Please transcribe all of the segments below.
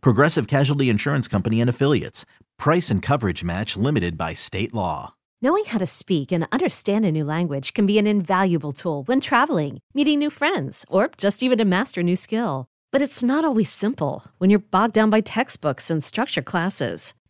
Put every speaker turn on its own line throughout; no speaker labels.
Progressive Casualty Insurance Company and Affiliates. Price and coverage match limited by state law.
Knowing how to speak and understand a new language can be an invaluable tool when traveling, meeting new friends, or just even to master a new skill. But it's not always simple when you're bogged down by textbooks and structure classes.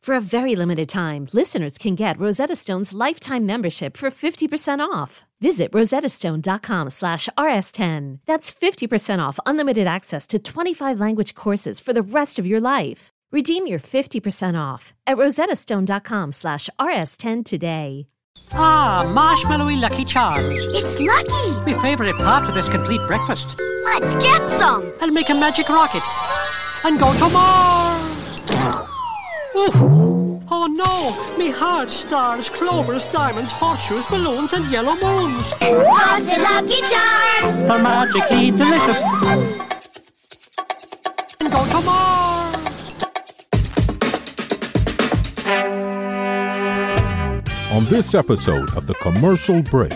For a very limited time, listeners can get Rosetta Stone's lifetime membership for 50% off. Visit rosettastone.com slash rs10. That's 50% off unlimited access to 25 language courses for the rest of your life. Redeem your 50% off at rosettastone.com slash rs10 today.
Ah, marshmallowy Lucky Charms.
It's lucky!
My favorite part of this complete breakfast.
Let's get some!
I'll make a magic rocket and go to Mars. Ooh. Oh no, me heart, stars, clovers, diamonds, horseshoes, balloons, and yellow moons.
Pass the lucky charms!
They're magically delicious. And go to Mars.
on this episode of The Commercial Break.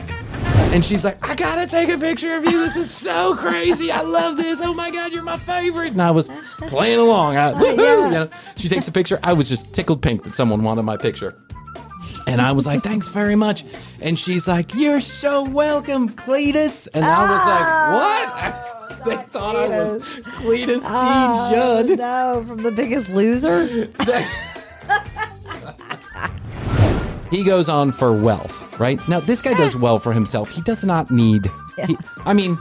And she's like, I gotta take a picture of you. This is so crazy. I love this. Oh my God, you're my favorite. And I was playing along. I, woohoo, you know. she takes a picture. I was just tickled pink that someone wanted my picture. And I was like, thanks very much. And she's like, you're so welcome, Cletus. And I was like, what? they thought I was Cletus T. Judd.
No, from the biggest loser.
he goes on for wealth, right? Now, this guy does well for himself. He does not need. he- I mean,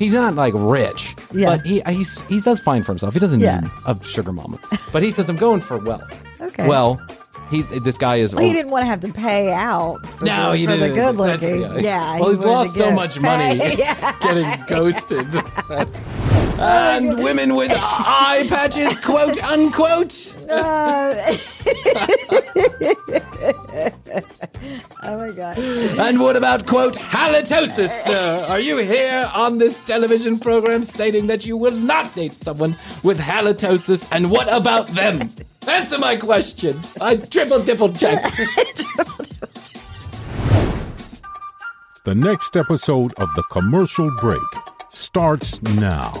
he's not like rich,
Yeah.
but he uh, he's, he does fine for himself. He doesn't
Yeah.
need a sugar mama. But he says, "I'm going for wealth."
Okay.
Well, he's this guy is.
Well, he
old.
didn't want to have to pay out for,
Oh. No,
the,
he
for the
didn't.
good
That's-
looking. Yeah. he
Well, he's
wanted to
lost so
get-
much money
Hey, yeah.
getting ghosted. and women with eye patches, quote unquote.
Oh my god.
And what about, quote, halitosis, sir? Are you here on this television program stating that you will not date someone with halitosis? And what about them? Answer my question. I triple dipple check.
The next episode of The Commercial Break starts now.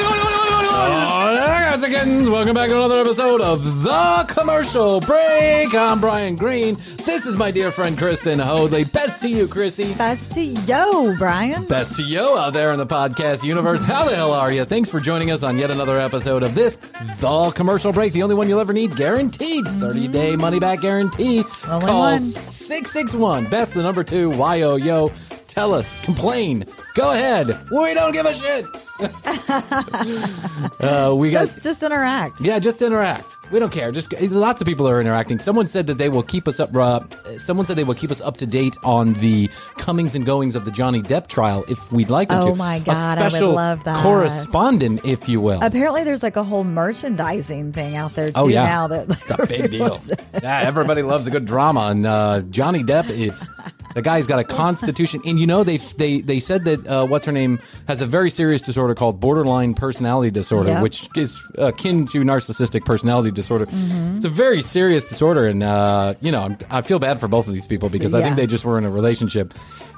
Oh, there goes again. Welcome back to another episode of The Commercial Break. I'm Brian Green. This is my dear friend Kristen Hoadley. Best to you, Chrissy.
Best to yo, Brian.
Best to you out there in the podcast universe. How the hell are you? Thanks for joining us on yet another episode of this The Commercial Break, the only one you'll ever need, guaranteed. 30 day money back guarantee.
Only
Call
one.
661 Best the number two, YOYO. Tell us, complain, go ahead. We don't give a shit. uh, we got.
Just just interact.
Yeah, just interact. We don't care. Just lots of people are interacting. Someone said that they will keep us up. Uh, someone said they will keep us up to date on the comings and goings of the Johnny Depp trial if we'd like them
Oh
to.
my
a
God, I would
special
love that.
correspondent, if you will.
Apparently there's like a whole merchandising thing out there too
Oh, yeah.
now that like,
it's a big deal. yeah, everybody loves a good drama, and uh, Johnny Depp is the guy's got a constitution. And you know they they they said that uh, what's her name has a very serious disorder called borderline personality disorder,
Yep.
which is akin to narcissistic personality disorder.
Mm-hmm.
It's a very serious disorder, and uh, you know I'm, I feel bad for both of these people because I think
Yeah.
they just were in a relationship.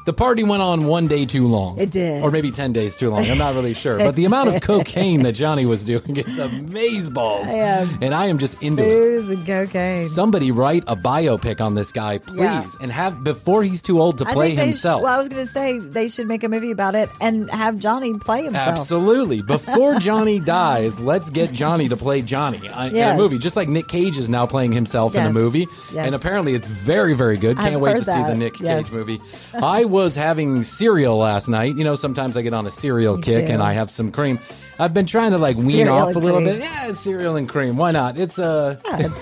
The party went on one day too long.
It did.
Or maybe 10 days too long. I'm not really sure. But the amount of cocaine that Johnny was doing is amazeballs.
am.
And I am just into it.
Booze and cocaine.
Somebody write a biopic on this guy, please,
Yeah.
and have before he's too old to
I
play
think they
himself.
Sh- well, I was going to say they should make a movie about it and have Johnny play himself.
Absolutely. Before Johnny dies, let's get Johnny to play Johnny uh, in a
Yes.
movie, just like Nick Cage is now playing himself in a
Yes.
movie.
Yes.
And apparently it's very, very good. Can't
I've
wait
heard
to see the
that.
Nick
Yes.
Cage movie. I was having cereal last night. You know, sometimes I get on a cereal kick
do.
and I have some cream. I've been trying to like wean
Cereal
off
and
a little
cream.
bit. Yeah, cereal and cream. Why not? It's uh,
Decadent.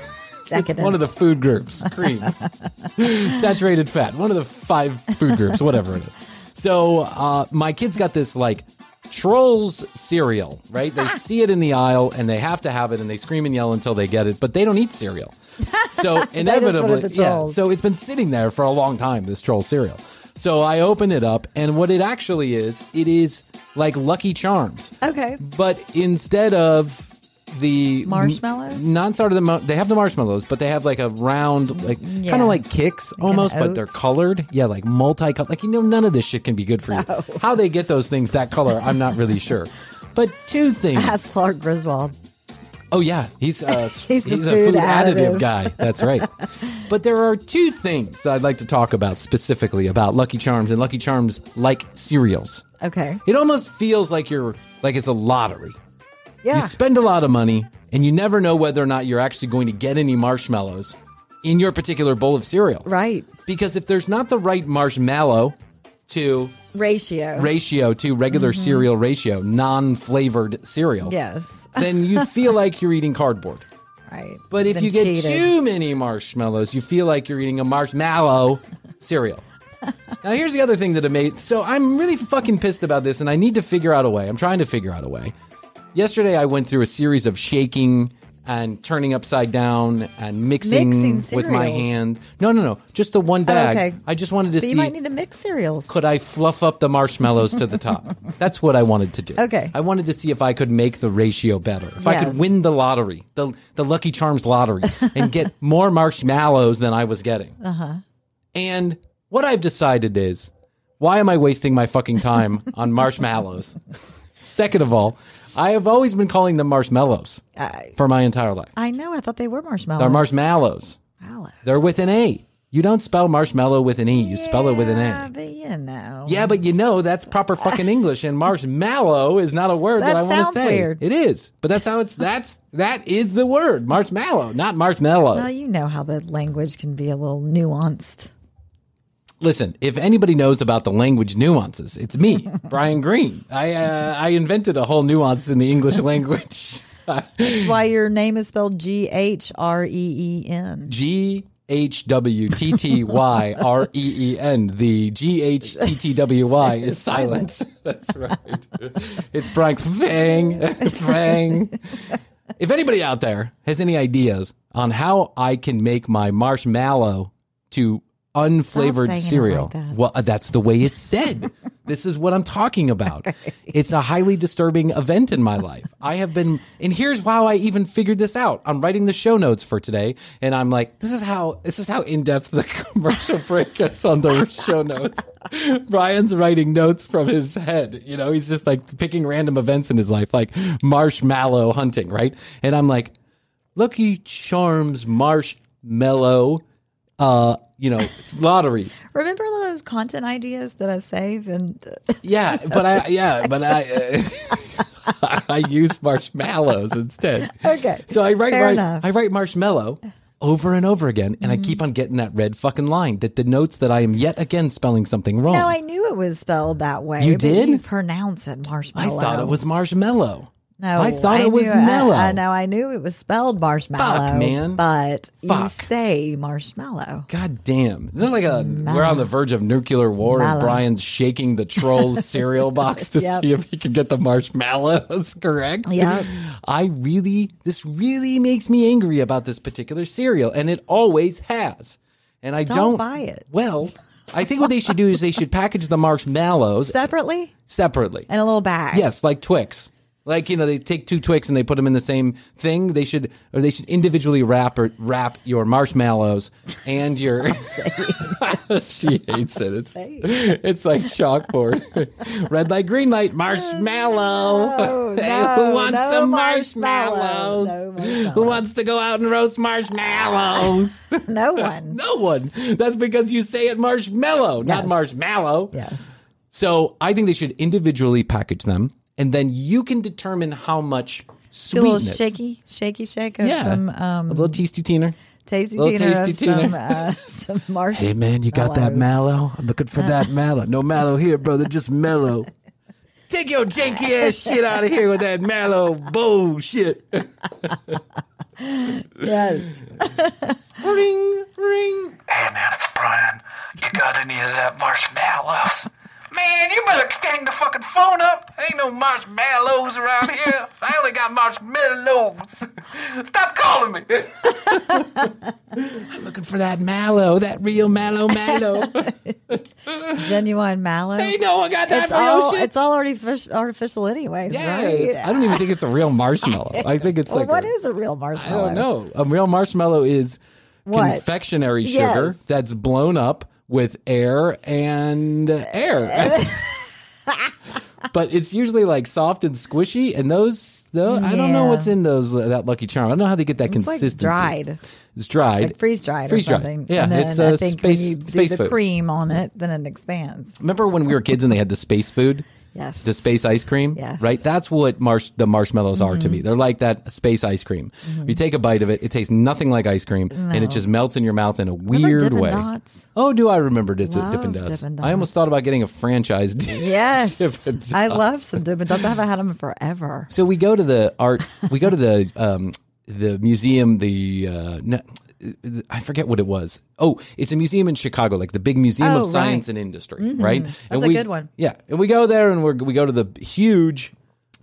it's one of the food groups, cream, saturated fat, one of the five food groups, whatever it is. So uh, my kids got this like trolls cereal, right? They see it in the aisle and they have to have it, and they scream and yell until they get it, but they don't eat cereal. So inevitably,
the
yeah.
trolls.
So it's been sitting there for a long time. This troll cereal. So I open it up, and what it actually is, it is like Lucky Charms.
Okay.
But instead of the
Marshmallows?
non starter the mo- they have the marshmallows, but they have like a round, like
yeah.
kind of like kicks almost, but they're
oats.
colored. Yeah, like multi color. Like you know, none of this shit can be good for you. How they get those things that color, I'm not really sure. But two things.
Ask Clark Griswold.
Oh yeah, he's uh, he's,
He's the food additive.
guy. That's right. but there are two things that I'd like to talk about specifically about Lucky Charms and Lucky Charms like cereals.
Okay.
It almost feels like you're like it's a lottery.
Yeah.
You spend a lot of money and you never know whether or not you're actually going to get any marshmallows in your particular bowl of cereal.
right.
Because if there's not the right marshmallow to
Ratio.
ratio to regular
Mm-hmm.
cereal ratio, non-flavored cereal,
yes.
then you feel like you're eating cardboard.
Right.
But if
Then
you get
cheated.
too many marshmallows, you feel like you're eating a marshmallow cereal. now, here's the other thing that amazed. So I'm really fucking pissed about this, and I need to figure out a way. I'm trying to figure out a way. Yesterday, I went through a series of shaking and turning upside down and mixing,
Mixing
with my
cereals. Oh,
hand. No, no, no, just the one bag.
okay.
I just wanted to
But
see
you might need to mix cereals.
could I fluff up the marshmallows to the top? That's what I wanted to do.
Okay.
I wanted to see if I could make the ratio better. If I
Yes.
could win the lottery, the the Lucky Charms lottery, and get more marshmallows than I was getting. Uh-huh. And what I've decided is, why am I wasting my fucking time on marshmallows? Second of all, I have always been calling them marshmallows for my entire life.
I know. I thought they were marshmallows.
They're marshmallows.
marshmallows.
They're with an A. You don't spell marshmallow with an E. You spell it with an A.
Yeah, but you know.
Yeah, but you know that's proper fucking English, and marshmallow is not a word that,
That
I want to
sounds
say.
weird.
It is, but that's how it's. That's that is the word marshmallow, not marshmallow.
Well, you know how the language can be a little nuanced.
Listen, if anybody knows about the language nuances, it's me, Brian Green. I uh, I invented a whole nuance in the English language.
That's why your name is spelled G H R E E N.
G H W T T Y R E E N. The G H T T W Y is silent. That's right. It's Brian Fang. Fang. If anybody out there has any ideas on how I can make my marshmallow to
saying it
unflavored
like
cereal,
that.
well, uh, that's the way it's said. this is what I'm talking about. It's a highly disturbing event in my life. I have been, and here's how I even figured this out. I'm writing the show notes for today, and I'm like, this is how this is how in depth the commercial break gets on the show notes. Brian's writing notes from his head. You know, he's just like picking random events in his life, like marshmallow hunting, right? And I'm like, Lucky Charms marshmallow, uh, you know, it's lottery.
Remember all those content ideas that I save and
Yeah, but I yeah, but I uh, I use marshmallows instead.
Okay,
So I write
fair
right,
enough. Mm-hmm.
I write marshmallow over and over again and I keep on getting that red fucking line that denotes that I am yet again spelling something wrong.
No, I knew it was spelled that way.
You
but
did?
You pronounce it
I
marshmallow.
thought it was marshmallow.
No,
I thought it was
knew
mellow.
I, I know. I knew it was spelled marshmallow.
man.
But you
Fuck.
say marshmallow.
God damn. This is like a we're on the verge of nuclear war and
Mallow.
Brian's shaking the troll's cereal box to
Yep.
see if he can get the marshmallows correct.
Yep.
I really this really makes me angry about this particular cereal and it always has. And I don't,
Don't buy it.
Well, I think what they should do is they should package the marshmallows
Separately
separately.
in a little bag.
Yes, like Twix. Like you know, they take two Twix and they put them in the same thing. They should or they should individually wrap or wrap your marshmallows and your. she hates it. It's, it's like chalkboard. Red light, green light, marshmallow.
Oh, No, no,
Who wants
no
some
marshmallow.
marshmallows?
No marshmallow.
Who wants to go out and roast marshmallows?
No one.
no one. That's because you say it marshmallow, not
Yes.
marshmallow.
Yes.
So I think they should individually package them, and then you can determine how
Do
much
a little
sweetness.
shaky, shaky shake of
yeah,
some
a
um,
little tasty teener.
tasty
little
teener of
tasty
some,
teener.
uh, some marshmallows.
Hey man, you got that mallow? I'm looking for that mallow. No mallow here, brother. Just mellow. Take your janky ass shit out of here with that mallow bullshit.
Yes.
ring, ring.
Hey man, it's Brian. You got any of that marshmallows? Man, you better hang the fucking phone up. Ain't no marshmallows around here. I only got marshmallows. Stop calling me.
Looking for that mallow, that real mallow mallow.
Genuine mallow.
Ain't no one got that
It's
real
all
shit.
it's all artific- artificial anyways,
yeah,
right?
it's- I don't even think it's a real marshmallow. I think it's
well,
like
what
a-
is a real
I
marshmallow?
don't know. A real marshmallow is
What?
confectionery
Yes.
sugar that's blown up with air and air. but it's usually like soft and squishy, and those. Though I don't know
Yeah.
what's in those uh, that Lucky Charm. I don't know how they get that
It's like
consistency.
dried,
It's dried.
like freeze dried
Freeze
or
dried.
something.
Yeah,
and then
it's,
I
uh,
think
space-
when you do
space
the
food.
cream on it, then it expands.
Remember when we were kids and they had the space food?
Yes.
The space ice cream,
Yes. Mm-hmm.
right? That's what marsh the marshmallows are to me. They're like that space ice cream. You take a bite of it, it tastes nothing like ice cream, and it just melts in your mouth in a weird
Dippin'
way.
Dots?
Oh, do I remember Dip- Dip- Dippin'
Love
Dots?
Dippin'
I almost
Dots.
thought about getting a franchise. deal.
Yes,
Dippin'
I
Dots.
love some Dippin' Dots. I haven't had them forever.
So we go to the art. We go to the um, the museum. The uh, no, I forget what it was. Oh, it's a museum in Chicago, like the big Museum
Oh,
of Science
right. Mm-hmm.
and Industry, right? That's and
a
we,
good one.
Yeah, and we go there and we're, we go to the huge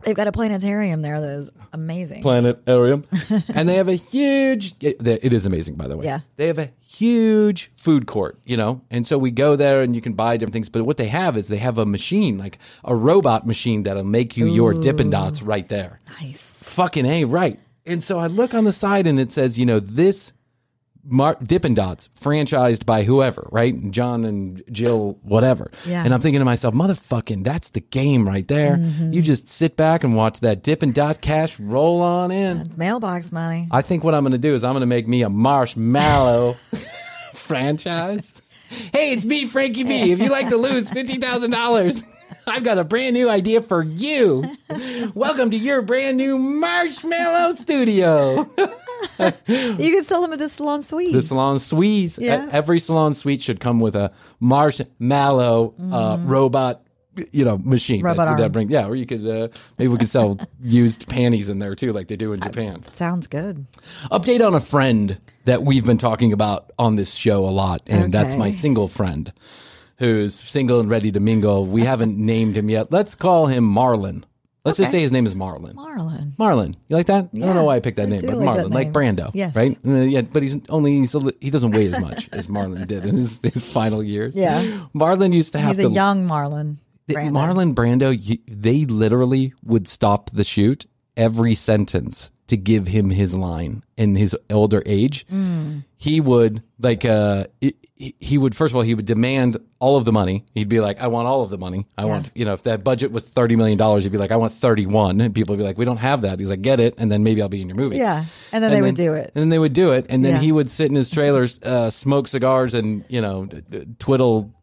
They've got a planetarium there that is amazing.
planetarium, and they have a huge. It, it is amazing, by the way.
Yeah.
they have a huge food court, you know, and so we go there and you can buy different things. But what they have is they have a machine, like a robot machine that'll make you your Dippin' Dots right there
nice.
fucking a right. And so I look on the side and it says, you know, this Mar- Dippin' Dots franchised by whoever, right? John and Jill, whatever.
Yeah.
And I'm thinking to myself, motherfucking, that's the game right there.
Mm-hmm.
You just sit back and watch that Dippin' Dot cash roll on in.
Mailbox money.
I think what I'm going to do is I'm going to make me a marshmallow franchise. Hey, it's me, Frankie B. If you like to lose $50,000, I've got a brand new idea for you. Welcome to your brand new marshmallow studio. Oh.
You could sell them at the salon suite.
The salon suites. E,
Yeah.
Every salon suite should come with a marshmallow uh, robot. You know, machine
Mm. Robot
that, that
arm.
bring yeah, or you could uh, maybe we could sell used panties in there too, like they do in Japan.
Sounds good.
update on a friend that we've been talking about on this show a lot, and that's
Okay.
my single friend who's single and ready to mingle. We haven't named him yet. Let's call him Marlon. Let's just say his name is Marlon.
Marlon.
Marlon, you like that? I don't know why I picked that
I
name,
do
but
like
Marlon,
that
like
name.
Brando,
Yes.
right? Uh, yeah, but he's only he's a, li- he doesn't weigh as much as Marlon did in his, his final years.
Yeah.
Marlon used to have
He's
to
a young Marlon.
Th-
Brando.
Marlon Brando, you, they literally would stop the shoot every sentence to give him his line in his older age.
Mm.
He would like uh he- he he would first of all he would demand all of the money. He'd be like, "I want all of the money. I want you know if that budget was thirty million dollars, he'd be like, "I want thirty one. And people would be like, "We don't have that." He's like, "Get it, and then maybe I'll be in your movie."
Yeah. And then they would do it.
And then they would do it, and then
Yeah.
he would sit in his trailers, uh, smoke cigars, and you know, d- d- twiddle,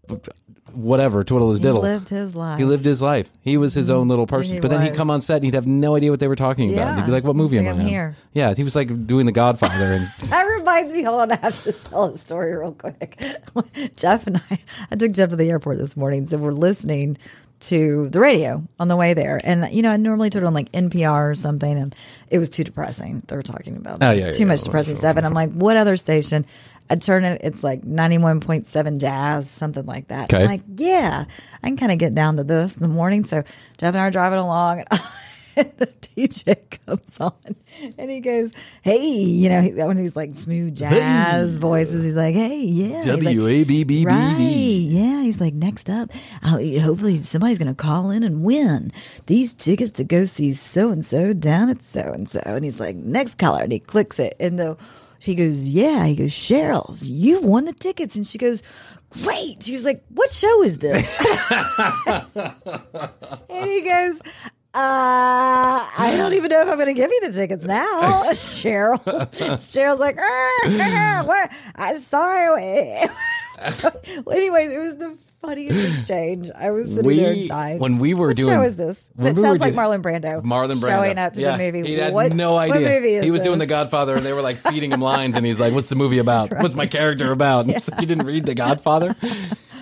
whatever, twiddle his
He
diddle.
lived his life.
He lived his life. He was his own little
Mm-hmm.
person.
he
but then he'd
was.
come on set and he'd have no idea what they were talking about.
Yeah.
He'd be like, "What movie
He's
am
like,
I
"I'm
on?"
here.
Yeah, he was like doing The Godfather. And
That reminds me. Hold on, I have to tell a story real quick. Jeff and I, I took Jeff to the airport this morning, so we're listening to the radio on the way there. And you know, I normally turn on like NPR or something, and it was too depressing. They were talking about
Oh,
just
yeah, yeah,
too
yeah.
much depressing stuff, and I'm like, what other station? I turn it. It's like 91.7 Jazz, something like that.
Okay.
I'm like, yeah, I can kind of get down to this in the morning. So Jeff and I are driving along. And the DJ comes on and he goes, "Hey," you know, he- when he's like smooth jazz voices, he's like, "Hey, yeah." He's like,
WABBBB.
Right. Yeah. He's like, next up, i hopefully somebody's going to call in and win these tickets to go see so and so down at so and so. And he's like, next caller. And he clicks it. And the, she goes, yeah. He goes, Cheryl, you've won the tickets. And she goes, great. She was like, what show is this? and he goes, uh, I don't even know if I'm going to give you the tickets now, Cheryl. Cheryl's like, "Ah, what? I'm sorry. Well, anyways, it was the funniest exchange. I was sitting
We-
there dying.
when we were
what
doing-
show is this?
when
That
we were
sounds like
doing-
Marlon Brando.
Marlon Brando
showing up to
Yeah,
the movie.
He had
what,
no idea.
What movie is
he was doing The
this?
Godfather, and they were like feeding him lines, and he's like, "What's the movie about? What's my character about?" It's like, you didn't read The Godfather.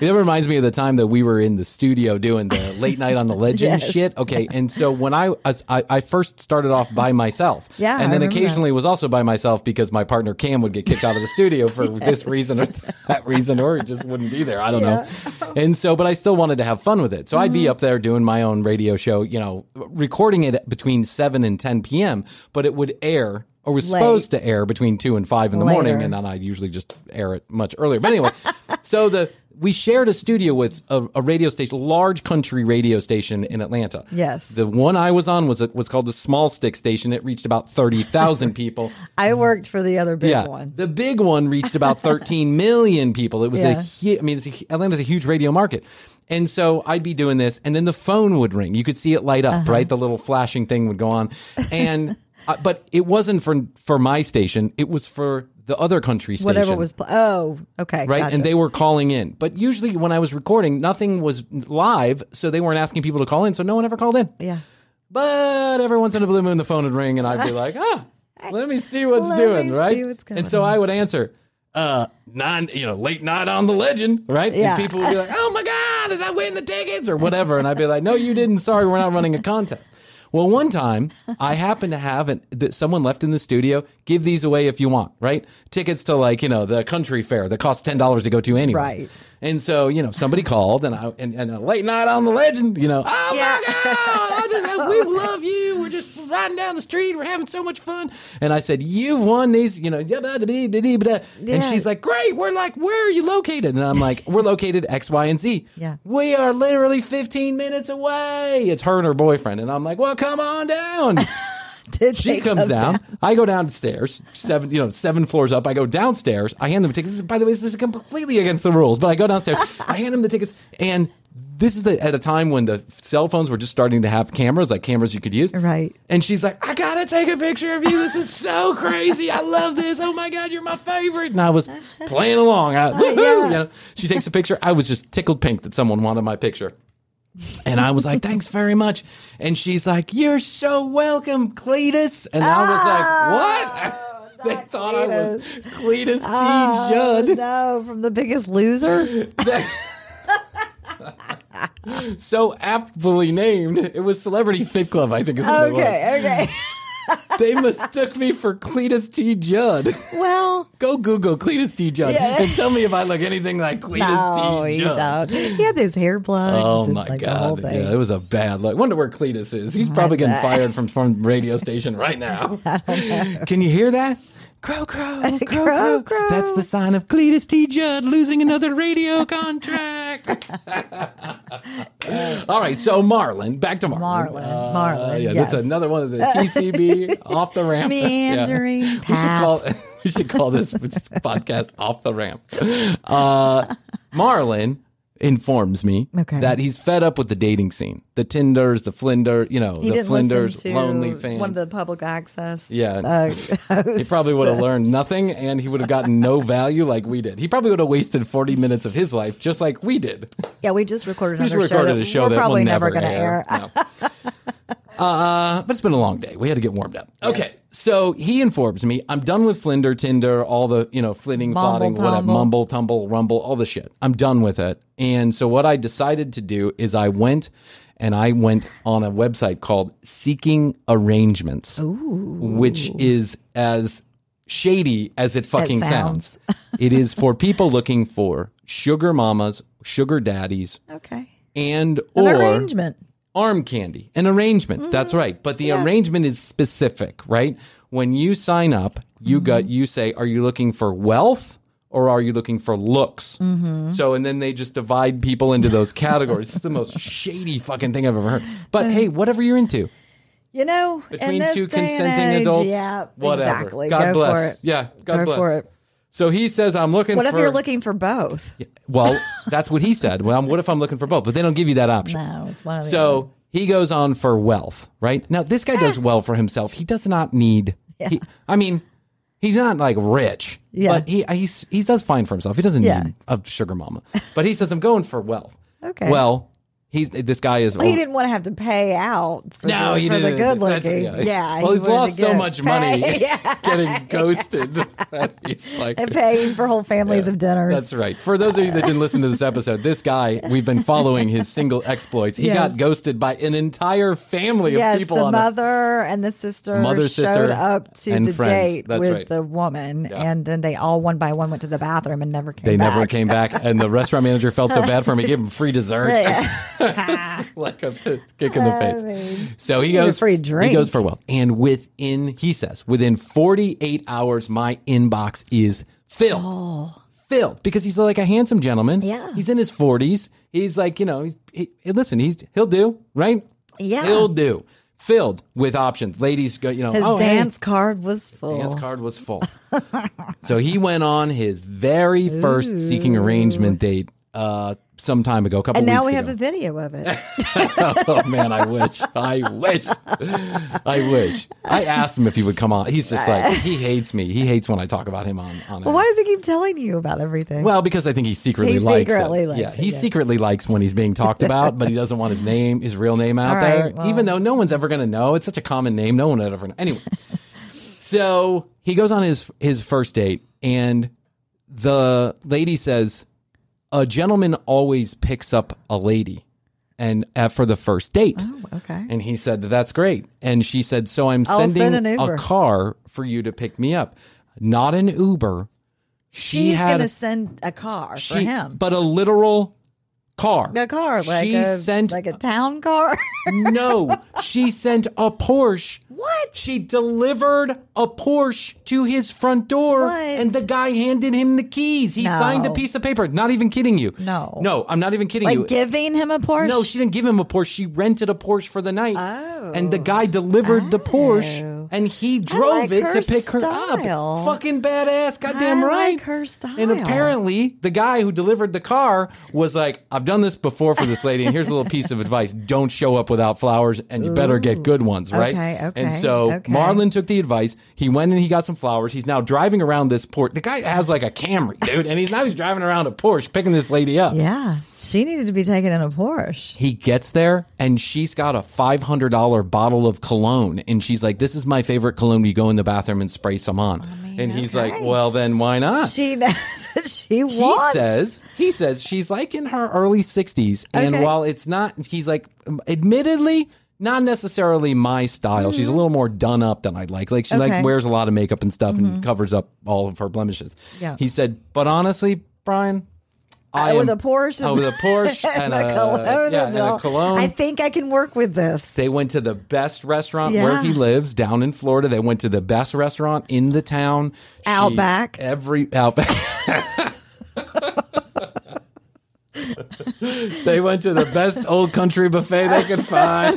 It never reminds me of the time that we were in the studio doing the late night on the legend
Yes.
shit. Okay, and so when I, as- I I first started off by myself,
Yeah,
and
I
then
remember
occasionally was also by myself because my partner Cam would get kicked out of the studio for this reason or that reason, or it just wouldn't be there. I don't know. And so, but I still wanted to have fun with it, so I'd
Mm-hmm.
be up there doing my own radio show, you know, recording it between seven and ten p.m., but it would air. Or was
Late.
supposed to air between two and five in the morning,
Later.
and then I usually just air it much earlier. But anyway, so the we shared a studio with a, a radio station, large country radio station in Atlanta.
Yes.
the one I was on was was called the Small Stick Station. It reached about thirty thousand people.
I worked for the other big one.
The big one reached about 13 million people. It was a
Yeah.
huge, I mean, it's a, hu- Atlanta's a huge radio market. And so I'd be doing this, and then the phone would ring. You could see it light up,
Uh-huh.
right? The little flashing thing would go on. And, uh, but it wasn't for, for my station, it was for the other country station
Whatever was. Pl- oh, okay.
right?
Gotcha.
And they were calling in. But usually when I was recording, nothing was live, so they weren't asking people to call in, so no one ever called in.
Yeah.
But every once in a blue moon, the phone would ring, and I'd be like, ah, let me see what's
Let
doing,
me
right?
see what's going
and so I would answer, uh, nine, you know, late night on the legend, right?
Yeah.
And people would be like, oh my God, did I win the tickets or whatever? And I'd be like, no, you didn't. Sorry, we're not running a contest. Well, one time I happened to have an, that someone left in the studio. Give these away if you want, right? Tickets to like you know the country fair that costs ten dollars to go to anyway.
Right.
And so you know somebody called and I and, and a late night on the legend. You know, oh
Yeah.
my god, I just we love you. We're just riding down the street. We're having so much fun. And I said, you won these. You know, yada, da, dee, da, dee, da. and
Yeah.
she's like, great. We're like, where are you located? And I'm like, we're located X, Y, and Z.
Yeah.
We are literally 15 minutes away. It's her and her boyfriend. And I'm like, well, come on down.
Did
She
they
comes
come
down. I go downstairs, seven, you know, seven floors up. I go downstairs. I hand them tickets. This is- By the way, this is completely against the rules, but I go downstairs. I hand them the tickets, and this is the, at a time when the cell phones were just starting to have cameras, like cameras you could use.
Right.
And she's like, "I gotta take a picture of you. This is so crazy. I love this. Oh my god, you're my favorite." And I was playing along. I,
Oh,
woohoo, you know. she takes a picture. I was just tickled pink that someone wanted my picture. And I was like, thanks very much. And she's like, you're so welcome, Cletus. And
Ah,
I was like, what? they thought I was Cletus
Ah,
T. Judd.
Oh, No, from the biggest loser.
So aptly named. It was Celebrity Fit Club, I think is what
Okay, okay.
it was. They mistook me for Cletus T. Judd.
Well,
Go Google Cletus T. Judd
Yeah.
and tell me if I look anything like Cletus
no,
T.
you don't.
Judd.
He had those hair plugs.
Oh
and,
my
like, The whole
god!
thing.
Yeah, it was a bad look. Wonder where Cletus is. He's probably getting
bet.
fired from from radio station right now. Can you hear that? Crow, crow, crow, crow,
Crow, crow.
That's the sign of Cletus T. Judd losing another radio contract. All right, so Marlon, back to Marlon.
Marlon,
Uh,
Marlon,
yeah,
yes.
that's another one of the TCB off the ramp.
Meandering
We should call.
paths.
We should call this podcast off the ramp. Uh, Marlon informs me
Okay.
that he's fed up with the dating scene, the Tinders, the Flinder, you know,
He didn't
the
listen
Flinders,
to
lonely fans.
One of the uh, public access.
Yeah. he probably would have
uh,
learned nothing, and he would have gotten no value like we did. He probably would have wasted forty minutes of his life, just like we did.
Yeah, we just recorded
We
another
just recorded
show.
a show
we're
that
probably
will
never, going to
air.
air.
No. uh, but it's been a long day. We had to get warmed up. Okay, so he informs me I'm done with Flinder, Tinder, all the you know flitting,
Mumble,
flotting, whatever,
tumble.
mumble, tumble, rumble, all the shit. I'm done with it. And so what I decided to do is I went. And I went on a website called Seeking Arrangements, which is as shady as it fucking sounds.
sounds.
it is for people looking for sugar mamas, sugar daddies,
Okay.
and
An
or
arrangement. Mm-hmm.
arm candy, an arrangement. That's right. But the arrangement is specific, right? When you sign up, you
Mm-hmm.
got you say, are you looking for wealth or are you looking for looks?
Mm-hmm.
So and then they just divide people into those categories. it's the most shady fucking thing I've ever heard. But hey, whatever you're into,
You know, in
between
this
two
day and
consenting
age,
adults,
yeah,
whatever.
exactly.
God
Go
bless.
for it.
Yeah, God
Go
bless.
for it.
So he says, I'm looking
What
for
if you're looking for both?
Well, that's what he said. Well, what if I'm looking for both? But they don't give you that option.
No, it's one of the other.
So he goes on for wealth, right? Now this guy
Eh.
does well for himself. He does not need. he- I mean, he's not like rich,
Yeah.
but he he's, he does fine for himself. He doesn't
Yeah.
need a sugar mama, but he says I'm going for wealth.
Okay.
Well, he's this guy is.
Well, he didn't want to have to pay out for
no,
the,
he
for the
didn't.
good
That's-
looking. Yeah. he
Well, he's
wanted to
lost so
get-
much money
Pay, yeah.
getting ghosted. that he's like,
and paying for whole families of dinners.
That's right. For those of you that didn't listen to this episode, this guy, we've been following his single exploits. He
Yes.
got ghosted by an entire family of
Yes,
people
the
on a-
mother and the sister
Mother,
showed
sister,
up to
and
the
friends.
date
That's
with
right.
the woman,
Yeah.
and then they all one by one went to the bathroom and never came.
they
back.
never came back, and the restaurant manager felt so bad for him. He gave him free dessert,
Yeah. Oh,
like a kick in the face.
mean,
so he
get a
goes
free
He goes
drink.
for wealth, and within he says within forty eight hours, my inbox is filled. Filled because he's like a handsome gentleman.
Oh. Yeah.
he's in his forties. He's like you know, he's, he, he- listen, he's he'll do right.
Yeah.
he'll do. Filled with options, ladies. Go, you know,
His
"Oh, hey."
dance card was full.
Dance card was full. so he went on his very first seeking arrangement date uh, some time ago, a couple
and now
weeks
we
ago.
have a video of it.
oh man, I wish. I wish. I wish. I asked him if he would come on. He's just like he hates me. He hates when I talk about him on on.
well,
air.
why does he keep telling you about everything?
Well, because I think he secretly
He
likes
secretly
it.
likes
yeah,
it,
he
yeah.
secretly likes when he's being talked about, but he doesn't want his name, his real name
All
out
right,
there,
well.
even though no one's ever going to know. It's such a common name, no one would ever know. Anyway, so he goes on his his first date, and the lady says, "A gentleman always picks up a lady." And uh, for the first date,
Oh. okay.
and he said, That's great. And she said, So I'm
I'll send
sending
an Uber."
a car for you to pick me up. Not an Uber. She
She's
had
gonna send a car for
she-
him.
But a literal car.
a car, like
she
a,
sent
like a town car.
no. She sent a Porsche.
What?
She delivered a Porsche to his front door,
What?
and the guy handed him the keys. He
No.
signed a piece of paper. Not even kidding you.
No.
no, I'm not even kidding
like
you.
giving him a Porsche.
No, she didn't give him a Porsche. She rented a Porsche for the night. Oh. And the guy delivered the Porsche and he drove
Oh. like
it
her
to pick her
style.
up. Fucking badass. Goddamn
I like
right.
her
And
style.
apparently, the guy who delivered the car was like, I've done this before for this lady. And here's a little piece of advice don't show up without flowers and you better get good ones, right?
Okay, okay,
And so
okay.
Marlon took the advice. He went and he got some flowers. He's now driving around this port. The guy has like a Camry, dude. And he's now he's driving around a Porsche picking this lady up.
Yeah, she needed to be taken in a Porsche.
He gets there and she's got a $500 bottle of cologne. And she's like, This is my favorite cologne. You go in the bathroom and spray some on. and he's like, Well, then why not?
Oh, She she
he
wants.
says, He says she's like in her early 60s. And
Okay.
while it's not, he's like, Admittedly, not necessarily my style. She's a little more done up than I'd like. Like she like
Mm-hmm. Okay. Mm-hmm.
wears a lot of makeup and stuff and covers up all of her blemishes.
Yeah.
He said, But honestly, Brian, I
Uh, with
am-
a Porsche
Oh, with a Porsche
and,
and,
a cologne.
yeah,
and
and a
all.
cologne.
I think I can work with this.
They went to the best restaurant where
Yeah.
he lives down in Florida. They went to the best restaurant in the town. She-
Outback.
every Outback. they went to the best old country buffet they could find.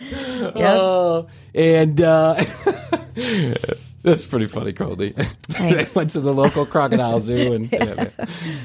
Yep.
Oh, and uh, that's pretty funny, Cody. they
Thanks.
went to the local crocodile zoo, and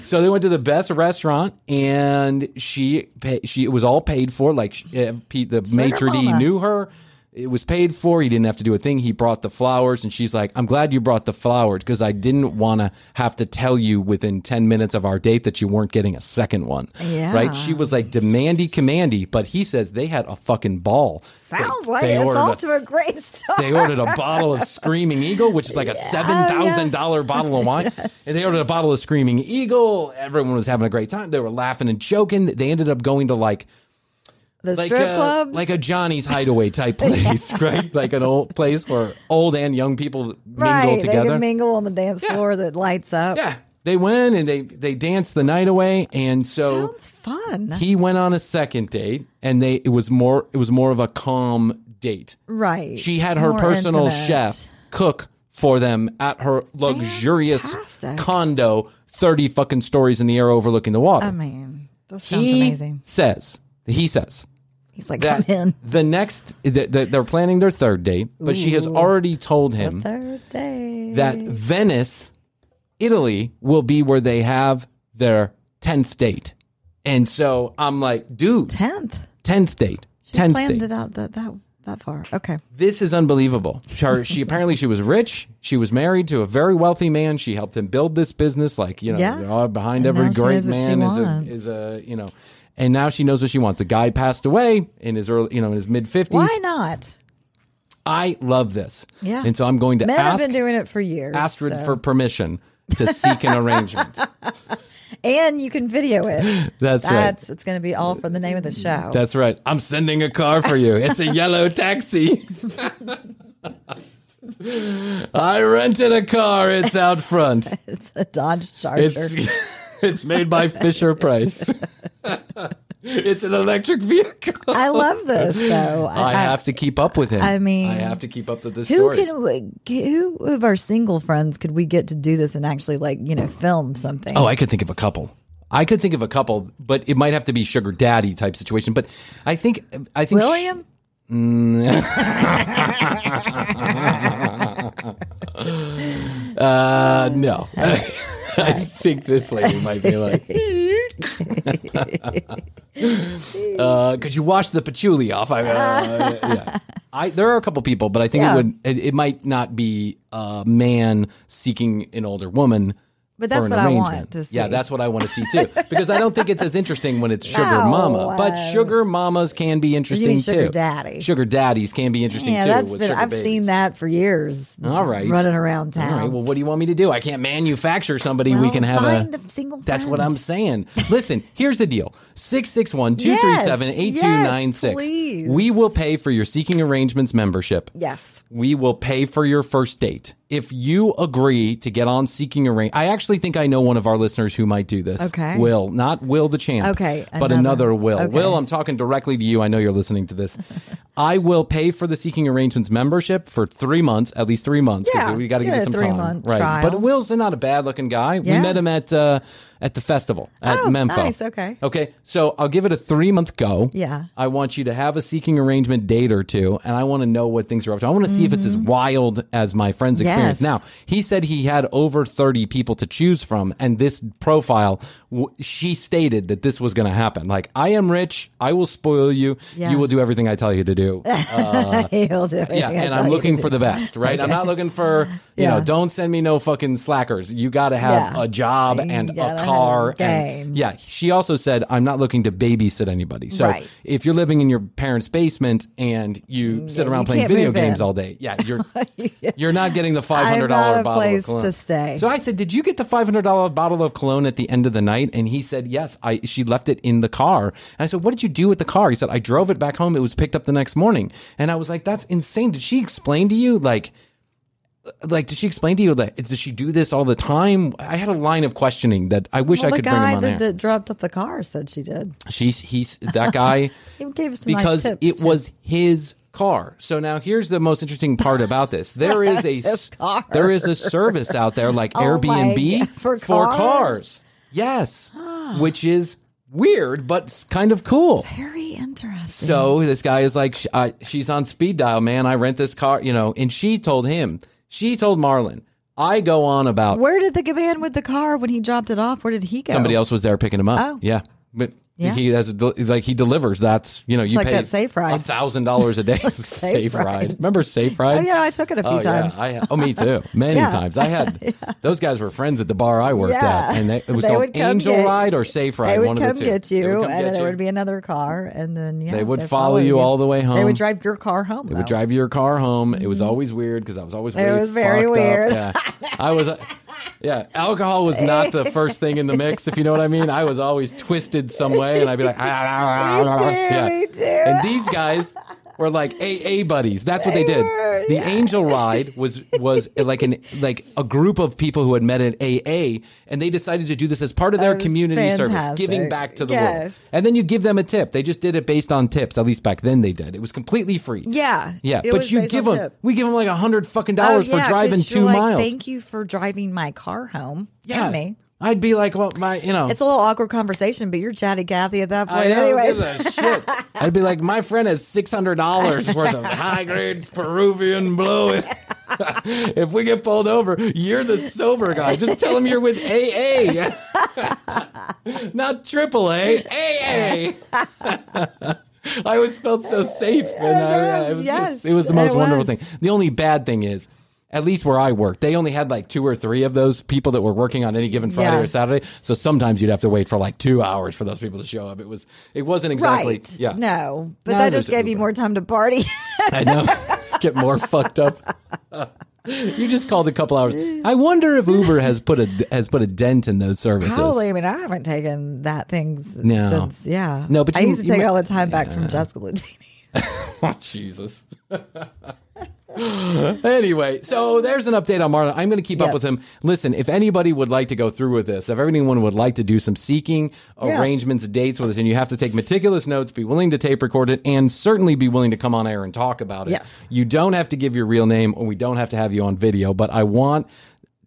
so they went to the best restaurant, and she pa- she it was all paid for. Like she- eh, Pete, the maitre d
mama.
knew her. It was paid for. He didn't have to do a thing. He brought the flowers, and she's like, "I'm glad you brought the flowers because I didn't want to have to tell you within ten minutes of our date that you weren't getting a second one."
Yeah.
Right? She was like demandy, commandy, but he says they had a fucking ball.
Sounds
They-
like
they
it's
ordered
off
a-
to a great start.
they ordered a bottle of Screaming Eagle, which is like a seven thousand
Oh,
dollar bottle of wine, and they ordered a bottle of Screaming Eagle. Everyone was having a great time. They were laughing and joking. They ended up going to like
the
like
strip
a,
clubs.
like a Johnny's Hideaway type place, right? Like an old place where old and young people mingle
right,
together.
They can mingle on the dance
Yeah.
floor that lights up.
yeah. They went and they they danced the night away, and so
Sounds fun.
he went on a second date, and they it was more it was more of a calm date.
right.
She had her
More
personal
intimate.
chef cook for them at her luxurious
Fantastic.
condo, thirty fucking stories in the air overlooking the water.
I mean, that sounds
he
amazing.
says he says
He's like,
that
come in.
the next that that they're planning their third date, but she has already told him
Third day.
that Venice, Italy, will be where they have their tenth date. And so I'm like, dude,
Tenth.
tenth date,
She
tenth
planned
date.
it out that, that that far. Okay.
This is unbelievable. Her, she apparently she was rich. She was married to a very wealthy man. She helped him build this business. Like you know,
Yeah.
uh, behind
And
every
now she
great
knows what she
man is a,
wants.
is a you know. And now she knows what she wants. The guy passed away in his early, you know, in his mid fifties.
Why not?
I love this.
Yeah.
And so I'm going to
Men have
ask
been doing it for years.
Astrid
so-
for permission to seek an arrangement.
and you can video it.
That's right.
That's it's going to be all for the name of the show.
That's right. I'm sending a car for you. It's a yellow taxi. I rented a car. It's out front.
it's a Dodge Charger.
It's it's made by Fisher Price. it's an electric vehicle.
I love this though.
I have to keep up with him.
I mean,
I have to keep up with this
Who
story.
can who of our single friends could we get to do this and actually like you know film something?
Oh, I could think of a couple. I could think of a couple, but it might have to be sugar daddy type situation. But I think I think
William.
Uh, no, I think this lady might be like. uh, could you wash the patchouli off? I, uh, yeah. I there are a couple people, but I think
Yeah.
it would. It, it might not be a man seeking an older woman.
But that's
for
what
an
I want
arrangement.
to
Yeah,
see.
that's what I want to see too, because I don't think it's as interesting when it's sugar
No,
mama. But
uh,
sugar mamas can be interesting
sugar
too.
daddy.
sugar daddies can be interesting
Yeah,
too.
that's
with
been.
sugar
I've
babies.
seen that for years.
All right.
running around
All
town.
right. Well, what do you want me to do? I can't manufacture somebody. we
Well,
can have
find
a.
a single
that's what
friend.
I'm saying. Listen, here's the deal 661 237
Yes, yes, please.
8296. We will pay for your Seeking Arrangements membership.
yes,
We will pay for your first date. If you agree to get on Seeking Arrangements, I actually think I know one of our listeners who might do this.
Okay.
Will, not Will the Champ.
Okay,
But
another.
another Will.
Okay.
Will, I'm talking directly to you. I know you're listening to this. I will pay for the Seeking Arrangements membership for three months, at least three months. 'cause
Yeah,
we got to
get
give it
a
some time.
three-month trial.
But Will's not a bad looking guy.
Yeah.
We met him at uh, at the festival at
Oh,
Memphis.
nice, okay.
Okay. So I'll give it a three month go.
Yeah.
I want you to have a seeking arrangement date or two, and I want to know what things are up to. I want to see if it's as wild as my friend's experience.
Mm-hmm. Yes.
Now, he said he had over 30 people to choose from, and this profile, w- she stated that this was going to happen. Like, I am rich. I will spoil you.
Yeah.
You will do everything I tell you to do.
He'll do it.
uh, Yeah,
That's
and
all
I'm
you
looking
do.
for the best, right? I'm not looking for you know.
Yeah.
Don't send me no fucking slackers. You got to have
Yeah.
a job
You
and
gotta
a
have
car.
a game.
And, yeah, she also said I'm not looking to babysit anybody. So
Right.
if you're living in your parents' basement and you sit
Mm, Yeah,
around
you
playing
can't
video
move
games
in.
all day, yeah, you're you're not getting the five
I'm
hundred
not
dollar
a
bottle
place
of cologne
to stay.
So I said, "Did you get the five hundred dollar bottle of cologne at the end of the night?" And he said, "Yes, I." She left it in the car, and I said, "What did you do with the car?" He said, "I drove it back home. It was picked up the next morning." And I was like, "That's insane." Did she explain to you like? Like, did she explain to you that does she do this all the time? I had a line of questioning that I wish
Well,
I
the
could bring him
guy
on
that,
air.
that dropped off the car said she did.
She's he's that guy.
He gave us some nice
because
tips,
it
too.
was his car. So now here's the most interesting part about this. There is a
His car.
there is a service out there like
Oh my
Airbnb
God, for cars?
Yes, which is weird but s- kind of cool.
Very interesting.
So this guy is like, sh- I, she's on speed dial, man. I rent this car, you know. And she told him, she told Marlon, I go on about
Where did the man with the car when he dropped it off? Where did he go?
somebody else was there picking him up.
Oh.
Yeah. But
Yeah.
he has a, del- like he delivers. That's you know you
like
pay
that Safe Ride.
thousand dollars a day. safe, ride.
Ride.
Remember safe ride?
Oh, yeah, I took it a few
oh,
times.
Yeah. I, oh, me too. Many
Yeah.
times. I had those guys were friends at the bar I worked
Yeah.
at, and they, it was
They
called
would come
Angel
get-
Ride or Safe Ride.
They would
one
come
of the two.
get you,
They would come
and
get
then there
you.
would be another car, and then yeah,
They would
they'd
follow you all the way
They
home.
would drive your car home.
They
though.
would drive your car home. It was always weird because I was always. way
Mm-hmm. was very
fucked up.
weird.
Yeah. I was. Yeah, alcohol was not the first thing in the mix, if you know what I mean. I was always twisted some way, and I'd be like, ah, ah, ah, ah,
Me
ah.
too, me too.
And these guys, were like AA buddies. That's what they did. the Angel Ride was was like an like a group of people who had met at AA, and they decided to do this as part of their
was
community service,
fantastic.
giving back to the
Yes.
world. And then you give them a tip. They just did it based on tips. At least back then they did. It was completely free.
Yeah.
yeah.
It
But
was
you
based
give
on
them
tip.
we give them like a hundred fucking dollars
Oh, yeah,
for driving
'cause
two
you're like,
miles.
Thank you for driving my car home.
yeah.
Yeah. Me.
I'd be like, well, my, you know,
It's a little awkward conversation, but you're chatty Kathy at that
I
point,
know, who
anyways.
gives a shit. I'd be like, my friend has six hundred dollars worth of high grade Peruvian blowing. if we get pulled over, you're the sober guy. Just tell him you're with AA, not AAA. AA. I always felt so safe, and I, uh,
know,
it was
yes,
just, it was the most
it
wonderful
was.
thing. The only bad thing is. At least where I worked, they only had like two or three of those people that were working on any given Friday
Yeah.
or Saturday. So sometimes you'd have to wait for like two hours for those people to show up. It was it wasn't exactly
Right.
yeah.
No. But
No,
that
there's
just gave you
Uber.
more time to party.
I know. Get more fucked up. you just called a couple hours. I wonder if Uber has put a has put a dent in those services.
Probably. I mean, I haven't taken that thing s-
No.
since, yeah.
No, but
I
you-
used to
you
take it
might-
all the time back from Jessica Latini.
Oh, Jesus. anyway, so there's an update on Marlon. I'm going to keep up
Yep.
with him. Listen, if anybody would like to go through with this, if anyone would like to do some seeking
Yeah.
arrangements, dates with us, and you have to take meticulous notes, be willing to tape record it, and certainly be willing to come on air and talk about it.
Yes.
You don't have to give your real name, or we don't have to have you on video, but I want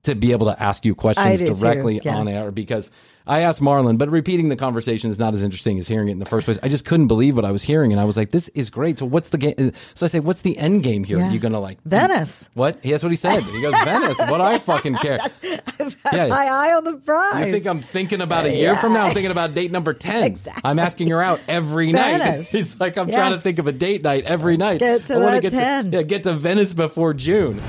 to be able to ask you
I
questions
do too,
directly on
yes.
air because I asked Marlon, but repeating the conversation is not as interesting as hearing it in the first place. I just couldn't believe what I was hearing, and I was like, "This is great." So what's the game? So I say, "What's the end game here? Are
Yeah.
you gonna like
Venice.
What? He- That's what he said. He goes, "Venice." What I fucking care. Yeah.
My eye on the prize.
You think I'm thinking about a year from now? I'm thinking about date number ten. I'm asking her out every night.
Venice.
He's like, I'm trying to
Yes.
think of a date night every night.
Get to
I wanna
that
get
10.
To, yeah, get to Venice before June.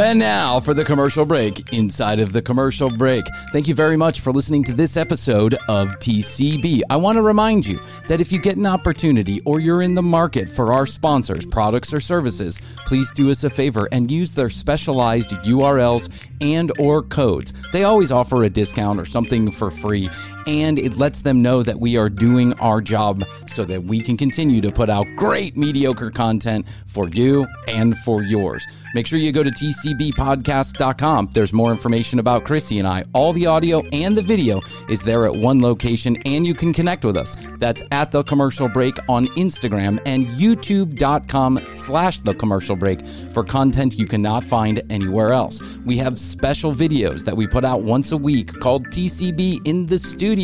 And now for the commercial break inside of the commercial break. Thank you very much for listening to this episode of TCB. I want to remind you that if you get an opportunity or you're in the market for our sponsors, products or services, please do us a favor and use their specialized URLs and or codes. They always offer a discount or something for free and it lets them know that we are doing our job so that we can continue to put out great mediocre content for you and for yours. Make sure you go to tcbpodcast.com. There's more information about Chrissy and I. All the audio and the video is there at one location, and you can connect with us. That's at the commercial break on Instagram and youtube.com slash the commercial break for content you cannot find anywhere else. We have special videos that we put out once a week called TCB in the studio.